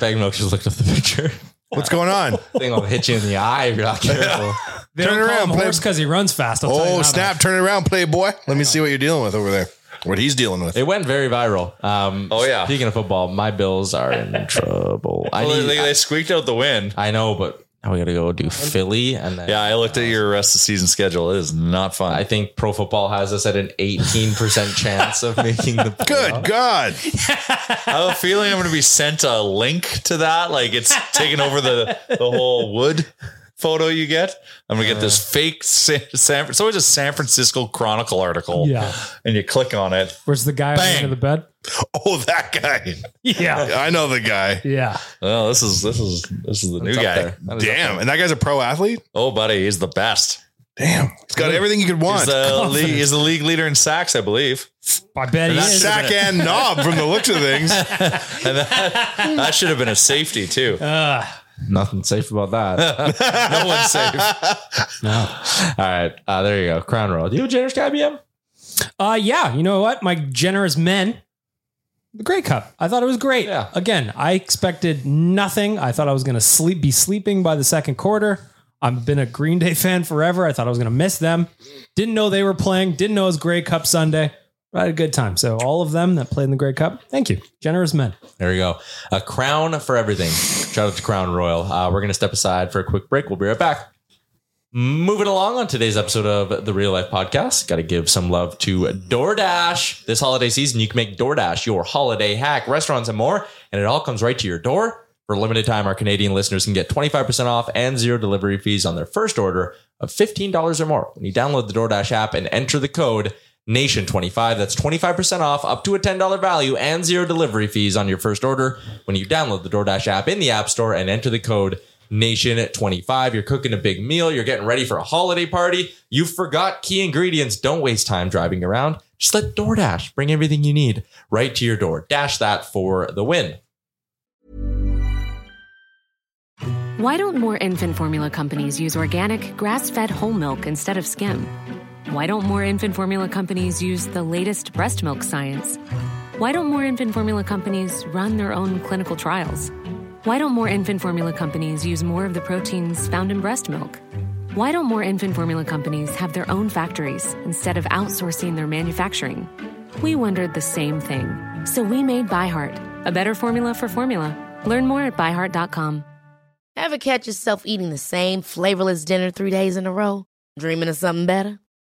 Speaker 8: Bag milk just looked up the picture.
Speaker 5: What's going on?
Speaker 8: Thing will hit you in the eye if you're not careful.
Speaker 6: They Turn don't
Speaker 5: Turn
Speaker 6: around,
Speaker 5: around,
Speaker 6: call him a
Speaker 5: play-
Speaker 6: horse because he runs fast. I'll tell you
Speaker 5: Oh,
Speaker 6: that
Speaker 5: snap. Turn it around, playboy. Let me see what you're dealing with over there. What he's dealing with.
Speaker 8: It went very viral. Um, oh yeah. Speaking of football, my Bills are in trouble. I
Speaker 12: Well,
Speaker 8: need-
Speaker 12: they, they squeaked out the win.
Speaker 8: I know, but now we got to go do Philly and then. uh,
Speaker 12: Yeah, I looked at your rest of season schedule. It is not fun.
Speaker 8: I think pro football has us at an 18% chance of making the
Speaker 5: Good God.
Speaker 12: I have a feeling I'm going to be sent a link to that. Like it's taking over the, the whole wood photo you get. I'm going to get this fake San, San It's always a San Francisco Chronicle article.
Speaker 6: Yeah.
Speaker 12: And you click on it.
Speaker 6: Where's the guy on the end of the bed?
Speaker 5: Oh, that guy.
Speaker 6: Yeah.
Speaker 5: I know the guy.
Speaker 6: Yeah.
Speaker 12: Oh, this is this is this is the new
Speaker 5: up
Speaker 12: guy.
Speaker 5: there. Damn. And that guy's a pro athlete?
Speaker 12: Oh, buddy, he's the best.
Speaker 5: Damn. He's got everything you could want.
Speaker 12: He's the, league, he's the league leader in sacks, I believe.
Speaker 6: I bet he is.
Speaker 5: Sack and knob from the looks of things.
Speaker 12: And that, that should have been a safety too.
Speaker 6: Uh,
Speaker 8: Nothing safe about that.
Speaker 12: no one's safe.
Speaker 8: no. All right. Uh, there you go. Crown Royal. Do you have a generous guy, BM?
Speaker 6: Uh, yeah. You know what? My generous men, the Grey Cup. I thought it was great. Yeah. Again, I expected nothing. I thought I was going to sleep, be sleeping by the second quarter. I've been a Green Day fan forever. I thought I was going to miss them. Didn't know they were playing. Didn't know it was Grey Cup Sunday. But I had a good time. So all of them that played in the Grey Cup, thank you, generous men.
Speaker 8: There you go. A crown for everything. Shout out to Crown Royal. Uh, we're going to step aside for a quick break. We'll be right back. Moving along on today's episode of the Real Life Podcast, got to give some love to DoorDash. This holiday season, you can make DoorDash your holiday hack, restaurants, and more, and it all comes right to your door. For a limited time, our Canadian listeners can get 25% off and zero delivery fees on their first order of $15 or more when you download the DoorDash app and enter the code NATION25. That's 25% off, up to a $10 value, and zero delivery fees on your first order when you download the DoorDash app in the App Store and enter the code Nation at 25. You're cooking a big meal. You're getting ready for a holiday party. You forgot key ingredients. Don't waste time driving around. Just let DoorDash bring everything you need right to your door. Dash that for the win.
Speaker 7: Why don't more infant formula companies use organic, grass fed whole milk instead of skim? Why don't more infant formula companies use the latest breast milk science? Why don't more infant formula companies run their own clinical trials? Why don't more infant formula companies use more of the proteins found in breast milk? Why don't more infant formula companies have their own factories instead of outsourcing their manufacturing? We wondered the same thing. So we made ByHeart, A better formula for formula. Learn more at byheart.com.
Speaker 3: Ever catch yourself eating the same flavorless dinner three days in a row? Dreaming of something better?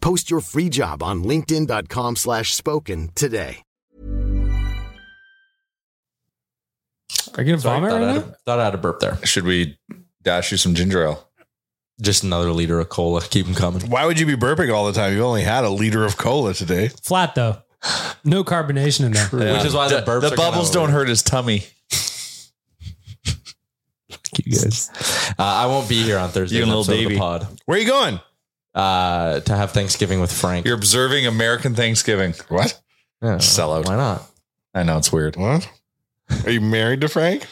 Speaker 13: Post your free job on linkedin.com/spoken slash spoken today.
Speaker 6: Are you gonna vomit
Speaker 12: thought,
Speaker 6: right
Speaker 12: I
Speaker 6: now?
Speaker 12: had a, thought I had a burp there. Should we dash you some ginger ale?
Speaker 8: Just another liter of cola. Keep them coming.
Speaker 5: Why would you be burping all the time? You've only had a liter of cola today.
Speaker 6: Flat though. No carbonation in there.
Speaker 8: Which is why the burps are
Speaker 12: The bubbles
Speaker 8: gonna-
Speaker 12: don't hurt his tummy.
Speaker 8: you guys. Uh, I won't be here on Thursday.
Speaker 12: You and
Speaker 8: Little
Speaker 12: Lil Davey.
Speaker 8: pod.
Speaker 5: Where are you going?
Speaker 8: Uh, to have Thanksgiving with Frank.
Speaker 12: You're observing American Thanksgiving. What? Sellout. Why
Speaker 8: not?
Speaker 12: I know it's weird.
Speaker 5: What? Are you married to Frank?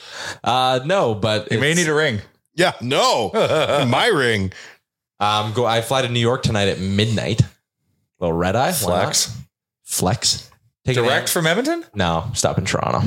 Speaker 8: Uh, no, but
Speaker 12: you may need a ring.
Speaker 5: Yeah, no, my ring.
Speaker 8: Um, go. I fly to New York tonight at midnight. little red eye. Why not?
Speaker 12: Flex.
Speaker 8: Flex. an
Speaker 12: Direct from Edmonton?
Speaker 8: No, stop in Toronto.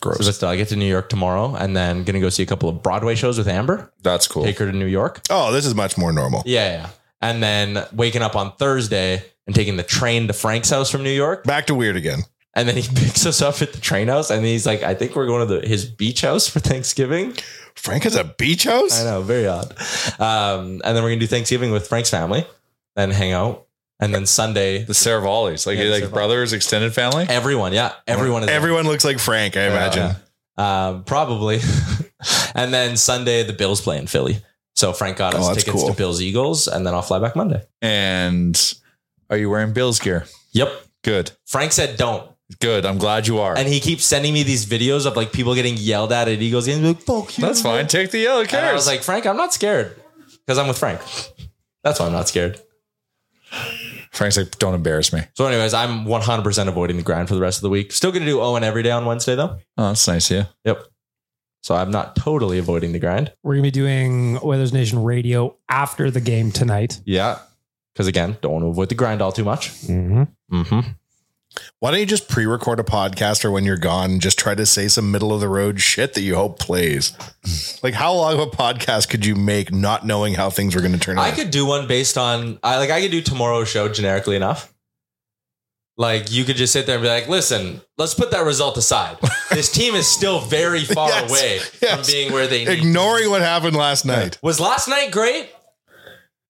Speaker 8: Gross. So just, uh, I get to New York tomorrow, and then gonna go see a couple of Broadway shows with Amber.
Speaker 12: That's cool.
Speaker 8: Take her to New York.
Speaker 5: Oh, this is much more normal.
Speaker 8: Yeah, yeah. And then waking up on Thursday and taking the train to Frank's house from New York.
Speaker 5: Back to weird again.
Speaker 8: And then he picks us up at the train house and he's like, I think we're going to the, his beach house for Thanksgiving.
Speaker 5: Frank has a beach house?
Speaker 8: I know, very odd. Um, and then we're going to do Thanksgiving with Frank's family, then hang out. And then Sunday.
Speaker 12: The Saravallis, like,
Speaker 8: Yeah, the
Speaker 12: like
Speaker 8: Saravallis.
Speaker 12: brothers, extended family?
Speaker 8: Everyone, yeah. Everyone is
Speaker 5: Everyone looks like Frank, I imagine.
Speaker 8: Um, probably. and then Sunday, the Bills play in Philly. So Frank got
Speaker 12: Oh,
Speaker 8: us
Speaker 12: that's
Speaker 8: tickets
Speaker 12: cool.
Speaker 8: to Bills Eagles, and then I'll fly back Monday.
Speaker 12: And are you wearing Bills gear?
Speaker 8: Yep.
Speaker 12: Good.
Speaker 8: Frank said don't.
Speaker 12: Good. I'm glad you are.
Speaker 8: And he keeps sending me these videos of like people getting yelled at at Eagles games. Like, Fuck you.
Speaker 12: That's fine. Take the yellow. Who
Speaker 8: And I
Speaker 12: cares?
Speaker 8: was like, Frank, I'm not scared because I'm with Frank. That's why I'm not scared.
Speaker 12: Frank's like, don't embarrass me.
Speaker 8: So, anyways, I'm 100% avoiding the grind for the rest of the week. Still going to do Owen every day on Wednesday, though.
Speaker 12: Oh, that's nice. Yeah.
Speaker 8: Yep. So, I'm not totally avoiding the grind.
Speaker 6: We're gonna be doing Weathers Nation radio after the game tonight.
Speaker 8: Yeah. Because again, don't want to avoid the grind all too much.
Speaker 6: Mm-hmm.
Speaker 8: Mm-hmm.
Speaker 5: Why don't you just pre-record a podcast or when you're gone, just try to say some middle of the road shit that you hope plays? like, how long of a podcast could you make, not knowing how things were going to turn out?
Speaker 8: I could do one based on, I like, I could do tomorrow's show generically enough. Like, you could just sit there and be like, listen, let's put that result aside. this team is still very far
Speaker 5: Yes.
Speaker 8: away
Speaker 5: Yes.
Speaker 8: from being where they need
Speaker 5: ignoring what happened last night.
Speaker 8: Was last night great?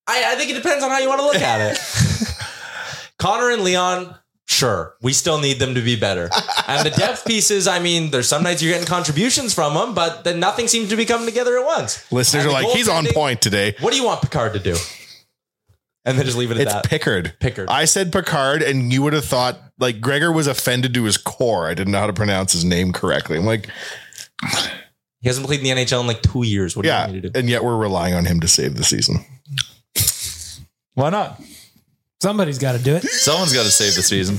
Speaker 8: I, I think it depends on how you want to look at it. Connor and Leon, sure, we still need them to be better. And the depth pieces, I mean, there's some nights you're getting contributions from them, but then nothing seems to be coming together at once.
Speaker 5: Listeners
Speaker 8: And
Speaker 5: are
Speaker 8: the
Speaker 5: like, he's on
Speaker 8: goaltending,
Speaker 5: point today.
Speaker 8: What do you want Picard to do? And then just leave it at
Speaker 5: It's
Speaker 8: that.
Speaker 5: Pickard.
Speaker 8: Pickard.
Speaker 5: I said Picard, and you would have thought like Gregor was offended to his core. I didn't know how to pronounce his name correctly. I'm like,
Speaker 8: He hasn't played in the NHL in like two years. What do you
Speaker 5: yeah,
Speaker 8: want me to do?
Speaker 5: and yet we're relying on him to save the season.
Speaker 12: Why not?
Speaker 6: Somebody's got to do it.
Speaker 12: Someone's got to save the season.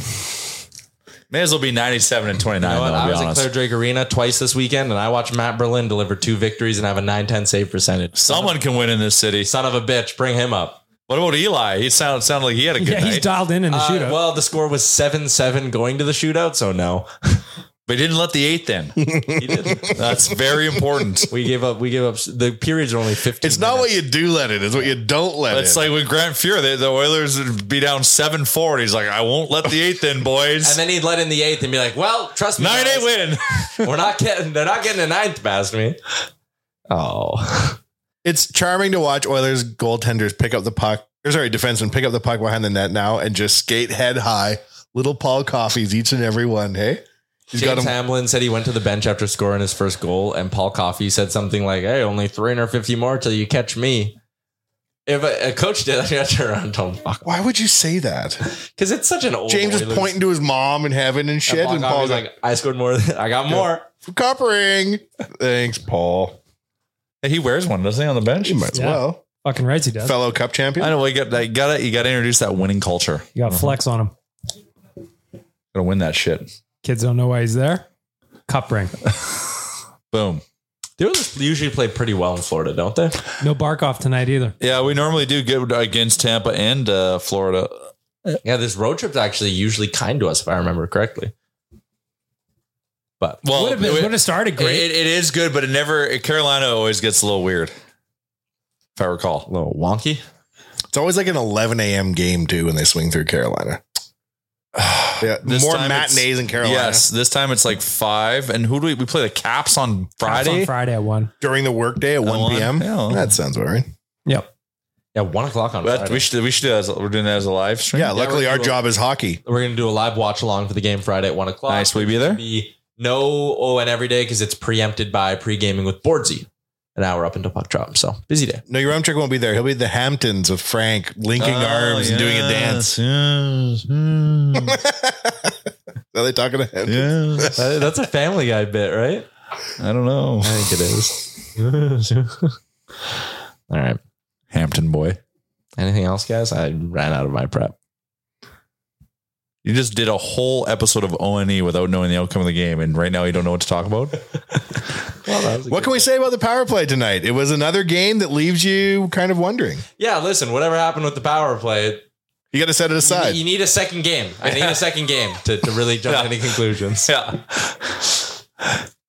Speaker 12: May as well be 97 and 29,
Speaker 8: You know what?
Speaker 12: though, to
Speaker 8: I
Speaker 12: be
Speaker 8: was at
Speaker 12: honest.
Speaker 8: Claire Drake Arena twice this weekend, and I watched Matt Berlin deliver two victories and have a 9-10 save percentage.
Speaker 12: Someone can win in this city.
Speaker 8: Son of a bitch, bring him up.
Speaker 12: What about Eli? He sounded sounded like he had a good
Speaker 6: Yeah, he's
Speaker 12: night,
Speaker 6: dialed in in the
Speaker 8: Uh,
Speaker 6: shootout.
Speaker 8: Well, the score was 7 7 going to the shootout, so no.
Speaker 12: but he didn't let the eight in.
Speaker 8: He didn't.
Speaker 12: That's very important.
Speaker 8: we gave up. We gave up. The periods are only 15.
Speaker 5: It's not what you do let it; it's what you don't let
Speaker 12: It's
Speaker 5: in.
Speaker 12: like with Grant Fuhr, the, the Oilers would be down 7 4. He's like, I won't let the eighth in, boys.
Speaker 8: And then he'd let in the eighth and be like, well, trust me.
Speaker 12: 9
Speaker 8: guys,
Speaker 12: 8 win.
Speaker 8: We're not getting, they're not getting a ninth past me. Oh.
Speaker 5: it's charming to watch Oilers goaltenders pick up the puck. Or sorry, defensemen pick up the puck behind the net now and just skate head high. Little Paul Coffey's each and every one. Hey, he's got
Speaker 8: James
Speaker 5: him.
Speaker 8: Hamlin said he went to the bench after scoring his first goal, and Paul Coffey said something like, hey, only 350 more till you catch me. If a, a coach did, I'd turn around and tell him, fuck.
Speaker 5: Why would you say that?
Speaker 8: Because it's such an old
Speaker 5: James is
Speaker 8: Oilers-
Speaker 5: pointing to his mom in heaven and shit, and
Speaker 8: Paul
Speaker 5: Paul's
Speaker 8: Gauguin's like, I scored more. Than, I got more.
Speaker 5: For coppering. Thanks, Paul.
Speaker 12: He wears one, doesn't he, on the bench?
Speaker 5: He might as well.
Speaker 6: Fucking right, he does.
Speaker 5: Fellow cup champion.
Speaker 12: I know. Well, you got that. You got to. You got to introduce that winning culture.
Speaker 6: You got flex on him.
Speaker 12: Got to win that shit.
Speaker 6: Kids don't know why he's there. Cup ring.
Speaker 12: Boom.
Speaker 8: They usually play pretty well in Florida, don't they?
Speaker 6: No Barkov tonight either.
Speaker 12: Yeah, we normally do good against Tampa and uh, Florida.
Speaker 8: Yeah, this road trip's actually usually kind to us, if I remember correctly. But
Speaker 12: Well,
Speaker 6: Would've been-
Speaker 12: it-
Speaker 6: would've started great.
Speaker 12: It, it is good, but it never. Carolina always gets a little weird. If I recall, a
Speaker 8: little wonky.
Speaker 5: It's always like an 11 a.m. game too when they swing through Carolina. yeah, more
Speaker 12: time it's-
Speaker 5: matinees in Carolina.
Speaker 12: Yes, this time it's like five. And who do we we play? The Caps on Friday.
Speaker 6: Caps on Friday at one.
Speaker 5: during the workday at 1,
Speaker 12: one?
Speaker 5: p.m.
Speaker 12: Yeah.
Speaker 5: That sounds all right.
Speaker 6: Yep.
Speaker 8: Yeah, one o'clock on
Speaker 12: That,
Speaker 8: Friday.
Speaker 12: we should we should do that as, we're doing that as a live stream.
Speaker 5: Yeah, luckily our job is hockey.
Speaker 8: We're gonna do a live watch along for the game Friday at one o'clock.
Speaker 12: Nice, will you be there?
Speaker 8: Be no O and every day because it's preempted by pre gaming with Boardsy, an hour up until puck drop. So busy day.
Speaker 5: No, your arm check won't be there. He'll be at the Hamptons with Frank, linking
Speaker 12: Oh,
Speaker 5: arms and doing a
Speaker 12: yes,
Speaker 5: dance. Are they talking to Hamptons?
Speaker 8: That- Uh, that's a Family Guy bit, right?
Speaker 12: I don't know. I
Speaker 8: think it is. All right,
Speaker 12: Hampton boy.
Speaker 8: Anything else, guys? I ran out of my prep.
Speaker 12: You just did a whole episode of ONE without knowing the outcome of the game, and right now you don't know what to talk about.
Speaker 5: What can we say about the power play tonight? It was another game that leaves you kind of wondering.
Speaker 8: Yeah, listen, whatever happened with the power play,
Speaker 5: you got to set it aside.
Speaker 8: You, need a second game. I need a second game to, to really jump to any conclusions.
Speaker 12: Yeah.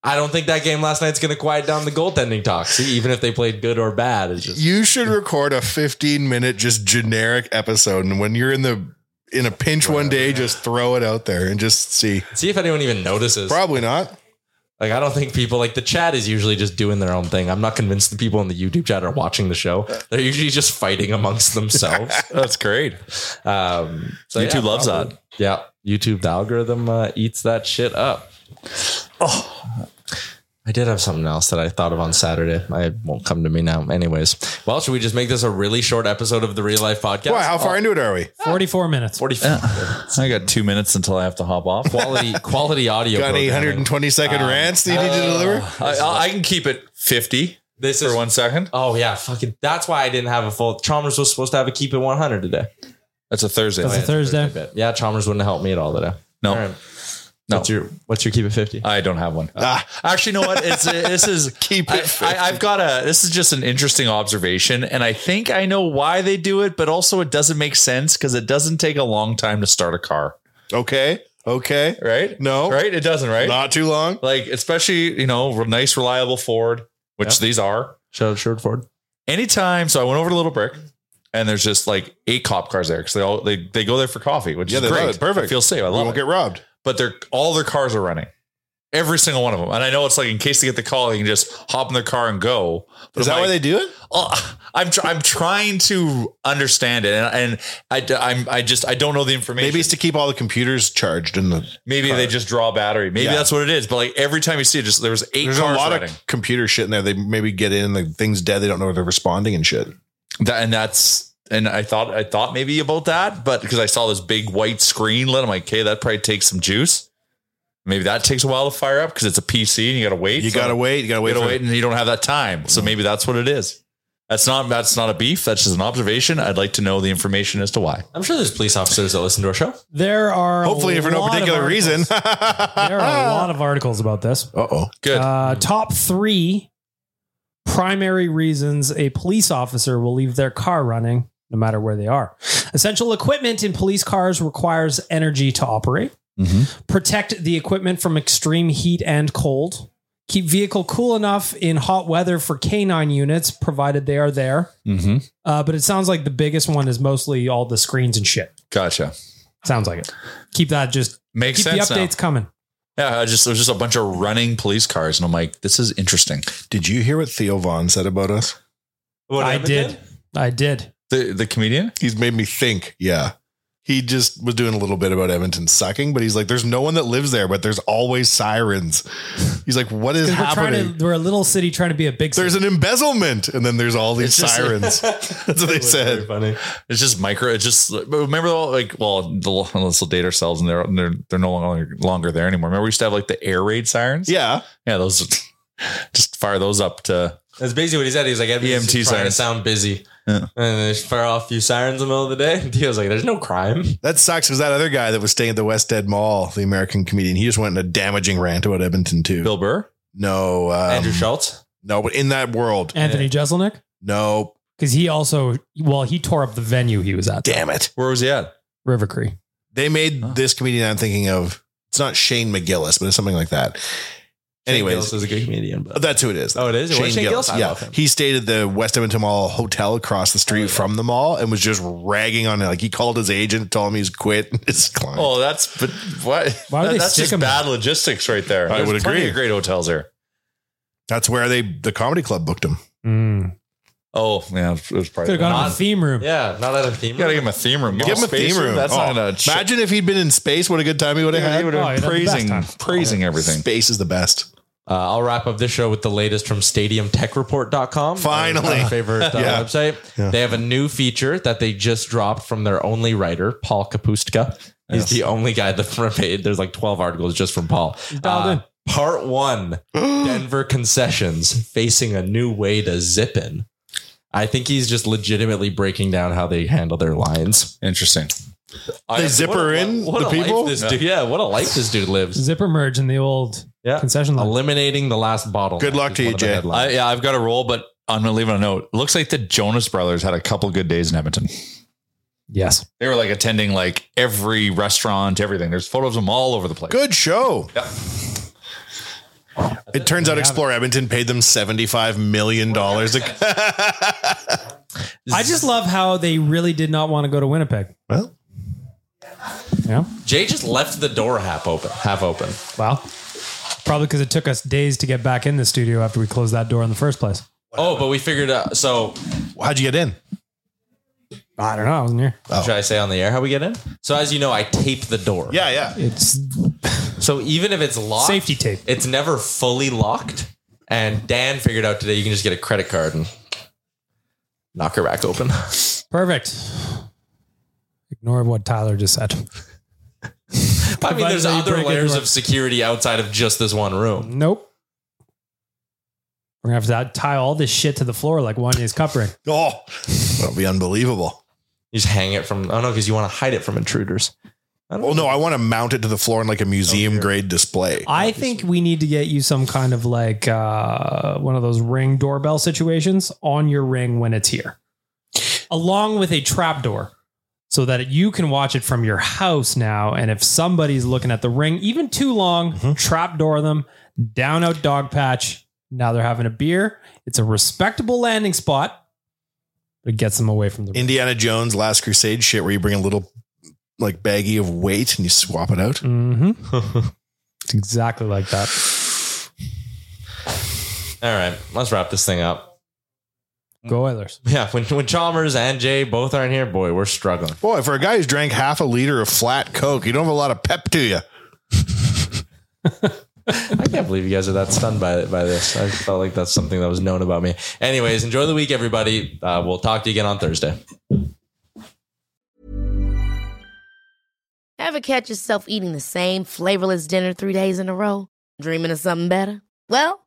Speaker 8: I don't think that game last night's going to quiet down the goaltending talk. See, even if they played good or bad, it's just
Speaker 5: You should record a 15 minute just generic episode, and when you're in the in a pinch one day, just throw it out there and just see.
Speaker 8: see if anyone even notices.
Speaker 5: Probably not.
Speaker 8: Like I don't think people like the chat is usually just doing their own thing. I'm not convinced the people in the YouTube chat are watching the show. They're usually just fighting amongst themselves.
Speaker 12: That's great.
Speaker 8: Um, so
Speaker 12: YouTube loves
Speaker 8: that. Yeah, YouTube the algorithm uh, eats that shit up. Oh, I did have something else that I thought of on Saturday. I won't come to me now. Anyways, well, should we just make this a really short episode of the Real Life Podcast? Oh,
Speaker 5: Why? How
Speaker 12: Oh.
Speaker 5: far into it are we?
Speaker 6: 44 minutes.
Speaker 8: 44.
Speaker 12: I got two minutes until I have to hop off.
Speaker 8: Quality quality audio.
Speaker 5: Got any
Speaker 8: programming.
Speaker 5: 120 second
Speaker 8: Um,
Speaker 5: rants that you need to
Speaker 12: oh.
Speaker 5: deliver?
Speaker 12: I, I, I can keep it fifty.
Speaker 8: This is
Speaker 12: one second.
Speaker 8: Oh yeah, fucking. That's why I didn't have a full. Chalmers was supposed to have a keep it 100 today.
Speaker 12: That's a Thursday.
Speaker 6: That's a Thursday.
Speaker 8: bit. Yeah, Chalmers wouldn't help me at all today.
Speaker 12: No.
Speaker 8: All right.
Speaker 12: No.
Speaker 8: What's your What's your keep it 50?
Speaker 12: I don't have one.
Speaker 5: Ah.
Speaker 12: Uh, Actually, you know what? It's uh, this is keep it. I, I, I've got a. This is just an interesting observation, and I think I know why they do it, but also it doesn't make sense because it doesn't take a long time to start a car.
Speaker 5: Okay. Okay.
Speaker 12: Right?
Speaker 5: No.
Speaker 12: Right? It doesn't. Right?
Speaker 5: Not too long.
Speaker 12: Like especially you know re- nice reliable Ford, which these are.
Speaker 8: Shout out Sherwood Ford.
Speaker 12: Anytime. So I went over to Little Brick. And there's just like eight cop cars there because they all they, they go there for coffee, which
Speaker 5: Yeah,
Speaker 12: is
Speaker 5: they love
Speaker 12: great.
Speaker 5: it. Perfect.
Speaker 12: I feel safe. I
Speaker 5: we
Speaker 12: love
Speaker 5: won't
Speaker 12: it.
Speaker 5: get robbed.
Speaker 12: but they're all their cars are running. Every single one of them. And I know it's like in case they get the call, they can just hop in their car and go. But
Speaker 5: Is
Speaker 12: I'm
Speaker 5: that why
Speaker 12: like,
Speaker 5: they do it?
Speaker 12: oh, I'm tr- I'm trying to understand it, and, and I am I just I don't know the information.
Speaker 5: Maybe it's to keep all the computers charged in the.
Speaker 12: Maybe they just draw battery. Maybe
Speaker 5: Yeah.
Speaker 12: that's what it is. But like every time you see it, just there was eight
Speaker 5: There's a
Speaker 12: cars
Speaker 5: lot
Speaker 12: running.
Speaker 5: of computer shit in there. They maybe get in, the thing's dead. They don't know if they're responding and shit.
Speaker 12: That- and that's and I thought I thought maybe about that, but because I saw this big white screen lit, I'm like, okay, that probably takes some juice. Maybe that takes a while to fire up because it's a PC and you gotta wait.
Speaker 5: You
Speaker 12: So-
Speaker 5: gotta wait. You gotta
Speaker 12: You
Speaker 5: wait.
Speaker 12: gotta
Speaker 5: for- Mm-hmm.
Speaker 12: wait, and you don't have that time. So maybe that's what it is. That's not that's not a beef. That's just an observation. I'd like to know the information as to why.
Speaker 8: I'm sure there's police officers that listen to our show.
Speaker 6: There are a
Speaker 5: Hopefully, for no
Speaker 6: lot of
Speaker 5: particular
Speaker 6: articles-
Speaker 5: reason.
Speaker 6: there are a lot of articles about this.
Speaker 5: Uh oh.
Speaker 12: Good.
Speaker 6: Uh, top three primary reasons a police officer will leave their car running, no matter where they are. Essential equipment in police cars requires energy to operate. Protect the equipment from extreme heat and cold. Keep vehicle cool enough in hot weather for canine units, provided they are there.
Speaker 12: Mm-hmm.
Speaker 6: Uh, but it sounds like the biggest one is mostly all the screens and shit.
Speaker 12: Gotcha.
Speaker 6: Sounds like it. Keep that just
Speaker 12: Makes
Speaker 6: keep
Speaker 12: sense
Speaker 6: the
Speaker 12: now.
Speaker 6: updates coming.
Speaker 12: Yeah, I just there's just a bunch of running police cars, and I'm like, this is interesting.
Speaker 5: Did you hear what Theo Vaughn said about us?
Speaker 8: What
Speaker 6: I
Speaker 8: happened
Speaker 6: did. I did.
Speaker 12: The the comedian?
Speaker 5: He's made me think. Yeah. he just was doing a little bit about Edmonton sucking, but he's like, there's no one that lives there, but there's always sirens. He's like, what is
Speaker 6: 'Cause We're,
Speaker 5: happening?
Speaker 6: trying to, we're a little city trying to be a big city.
Speaker 5: There's an embezzlement, and then there's all these
Speaker 12: It's just-
Speaker 5: sirens. That's what they said.
Speaker 8: Funny.
Speaker 12: It's just micro. It's just but remember all like well, the, let's date ourselves, and they're they're they're no longer longer there anymore. Remember we used to have like the air raid sirens.
Speaker 5: Yeah,
Speaker 12: yeah, those just fire those up to
Speaker 8: That's basically what he said. He's like, Edmonton's
Speaker 12: EMT
Speaker 8: just trying
Speaker 12: sirens.
Speaker 8: to sound busy.
Speaker 12: Yeah.
Speaker 8: And they just fire off a few sirens in the middle of the day. Dio's like, there's no crime.
Speaker 5: That sucks because that other guy that was staying at the West Dead Mall, the American comedian, he just went in a damaging rant about Edmonton too.
Speaker 12: Bill Burr?
Speaker 5: No. Um,
Speaker 8: Andrew Schultz?
Speaker 5: No, but in that world.
Speaker 6: Anthony Jeselnik?
Speaker 5: No.
Speaker 6: Because he also, well, he tore up the venue he was at.
Speaker 5: Damn it.
Speaker 12: Where was he at?
Speaker 6: River Cree.
Speaker 5: They made this comedian I'm thinking of. It's not Shane McGillis, but it's something like that. Anyways,
Speaker 8: Gillis is a good comedian. But
Speaker 5: that's who it is.
Speaker 8: Oh, it is? Well, Shane Gillis, I
Speaker 5: yeah,
Speaker 8: love him.
Speaker 5: he stayed at the West Edmonton Mall hotel across the street from the mall and was just ragging on it. Like he called his agent, told him he's quit his client.
Speaker 12: Oh, that's but what?
Speaker 5: Why would they
Speaker 12: that's
Speaker 5: stick
Speaker 12: just
Speaker 5: them
Speaker 12: bad logistics right there.
Speaker 5: I
Speaker 12: There's
Speaker 5: would
Speaker 12: plenty
Speaker 5: agree.
Speaker 12: of great hotels there.
Speaker 5: That's where they the comedy club booked him.
Speaker 12: Oh yeah, it was
Speaker 6: Could
Speaker 12: probably
Speaker 6: have gone to a theme room.
Speaker 8: Yeah, not at a theme
Speaker 12: You gotta give him a theme room.
Speaker 5: Give him a
Speaker 12: Space
Speaker 5: theme room.
Speaker 12: That's
Speaker 5: Oh,
Speaker 12: not gonna.
Speaker 5: imagine if he'd been in space. What a good time he would have
Speaker 12: Yeah,
Speaker 5: had.
Speaker 12: he would've been Oh, he'd had the praising- best time. praising everything.
Speaker 5: Space is the best.
Speaker 8: Uh, I'll wrap up this show with the latest from stadiumtechreport.com.
Speaker 5: Finally.
Speaker 8: Our favorite uh,
Speaker 5: Yeah.
Speaker 8: website. They have a new feature that they just dropped from their only writer, Paul Kapustka. He's the only guy that front page. There's like 12 articles just from Paul. Uh,
Speaker 6: dialed in.
Speaker 8: Part one Denver concessions facing a new way to zip in. I think he's just legitimately breaking down how they handle their lines.
Speaker 12: Interesting.
Speaker 6: They zip her in, the people?
Speaker 8: This
Speaker 6: Yeah.
Speaker 8: dude, yeah, what a life this dude lives.
Speaker 6: Zipper merge in the old concession line.
Speaker 8: Eliminating the last bottle.
Speaker 6: Good luck
Speaker 8: is
Speaker 6: to you,
Speaker 8: one of the
Speaker 6: Jay.
Speaker 8: headlines.
Speaker 12: I, yeah, I've got a roll, but I'm gonna leave it on a note. Looks like the Jonas Brothers had a couple good days in Edmonton.
Speaker 6: Yes,
Speaker 12: they were like attending like every restaurant, everything. There's photos of them all over the place.
Speaker 5: Good show.
Speaker 12: Yeah.
Speaker 5: It turns out Explore Edmonton paid them seventy-five million dollars.
Speaker 6: I just love how they really did not want to go to Winnipeg.
Speaker 5: Well,
Speaker 6: yeah,
Speaker 8: Jay just left the door half open. Half open.
Speaker 6: well, probably because it took us days to get back in the studio after we closed that door in the first place.
Speaker 8: Oh, but we figured out. So,
Speaker 5: how'd you get in?
Speaker 6: I don't know. I wasn't here.
Speaker 8: Should I say on the air how we get in? So, as you know, I tape the door.
Speaker 5: Yeah, yeah.
Speaker 6: It's
Speaker 8: So even if it's locked,
Speaker 6: Safety tape.
Speaker 8: It's never fully locked. And Dan figured out today you can just get a credit card and knock her rack open.
Speaker 6: perfect. Ignore what Tyler just said.
Speaker 8: I mean,
Speaker 6: Provided
Speaker 8: there's
Speaker 6: that you
Speaker 8: other
Speaker 6: break
Speaker 8: layers
Speaker 6: into
Speaker 8: of security outside of just this one room.
Speaker 6: Nope. We're gonna have to tie all this shit to the floor like one is cup ring.
Speaker 5: Oh, that'll be unbelievable.
Speaker 8: You just hang it from. Oh no, because you want to hide it from intruders.
Speaker 5: Well, Oh, no, I want to mount it to the floor in like a museum-grade display.
Speaker 6: I think we need to get you some kind of like uh, one of those ring doorbell situations on your ring when it's here, along with a trapdoor, so that you can watch it from your house now. And if somebody's looking at the ring even too long, trapdoor them down out dog patch. Now they're having a beer. It's a respectable landing spot. It gets them away from the.
Speaker 5: Indiana Jones Last Crusade shit, where you bring a little like baggie of weight and you swap it out.
Speaker 6: Mm-hmm. it's exactly like that.
Speaker 8: All right, let's wrap this thing up.
Speaker 6: Go Oilers.
Speaker 8: Yeah, when when Chalmers and Jay both aren't here, boy, we're struggling.
Speaker 5: Boy, for a guy who's drank half a liter of flat Coke, you don't have a lot of pep to you.
Speaker 8: I can't believe you guys are that stunned by by this. I felt like that's something that was known about me. Anyways, enjoy the week, everybody. Uh, we'll talk to you again on Thursday.
Speaker 3: Ever catch yourself eating the same flavorless dinner three days in a row? Dreaming of something better? Well,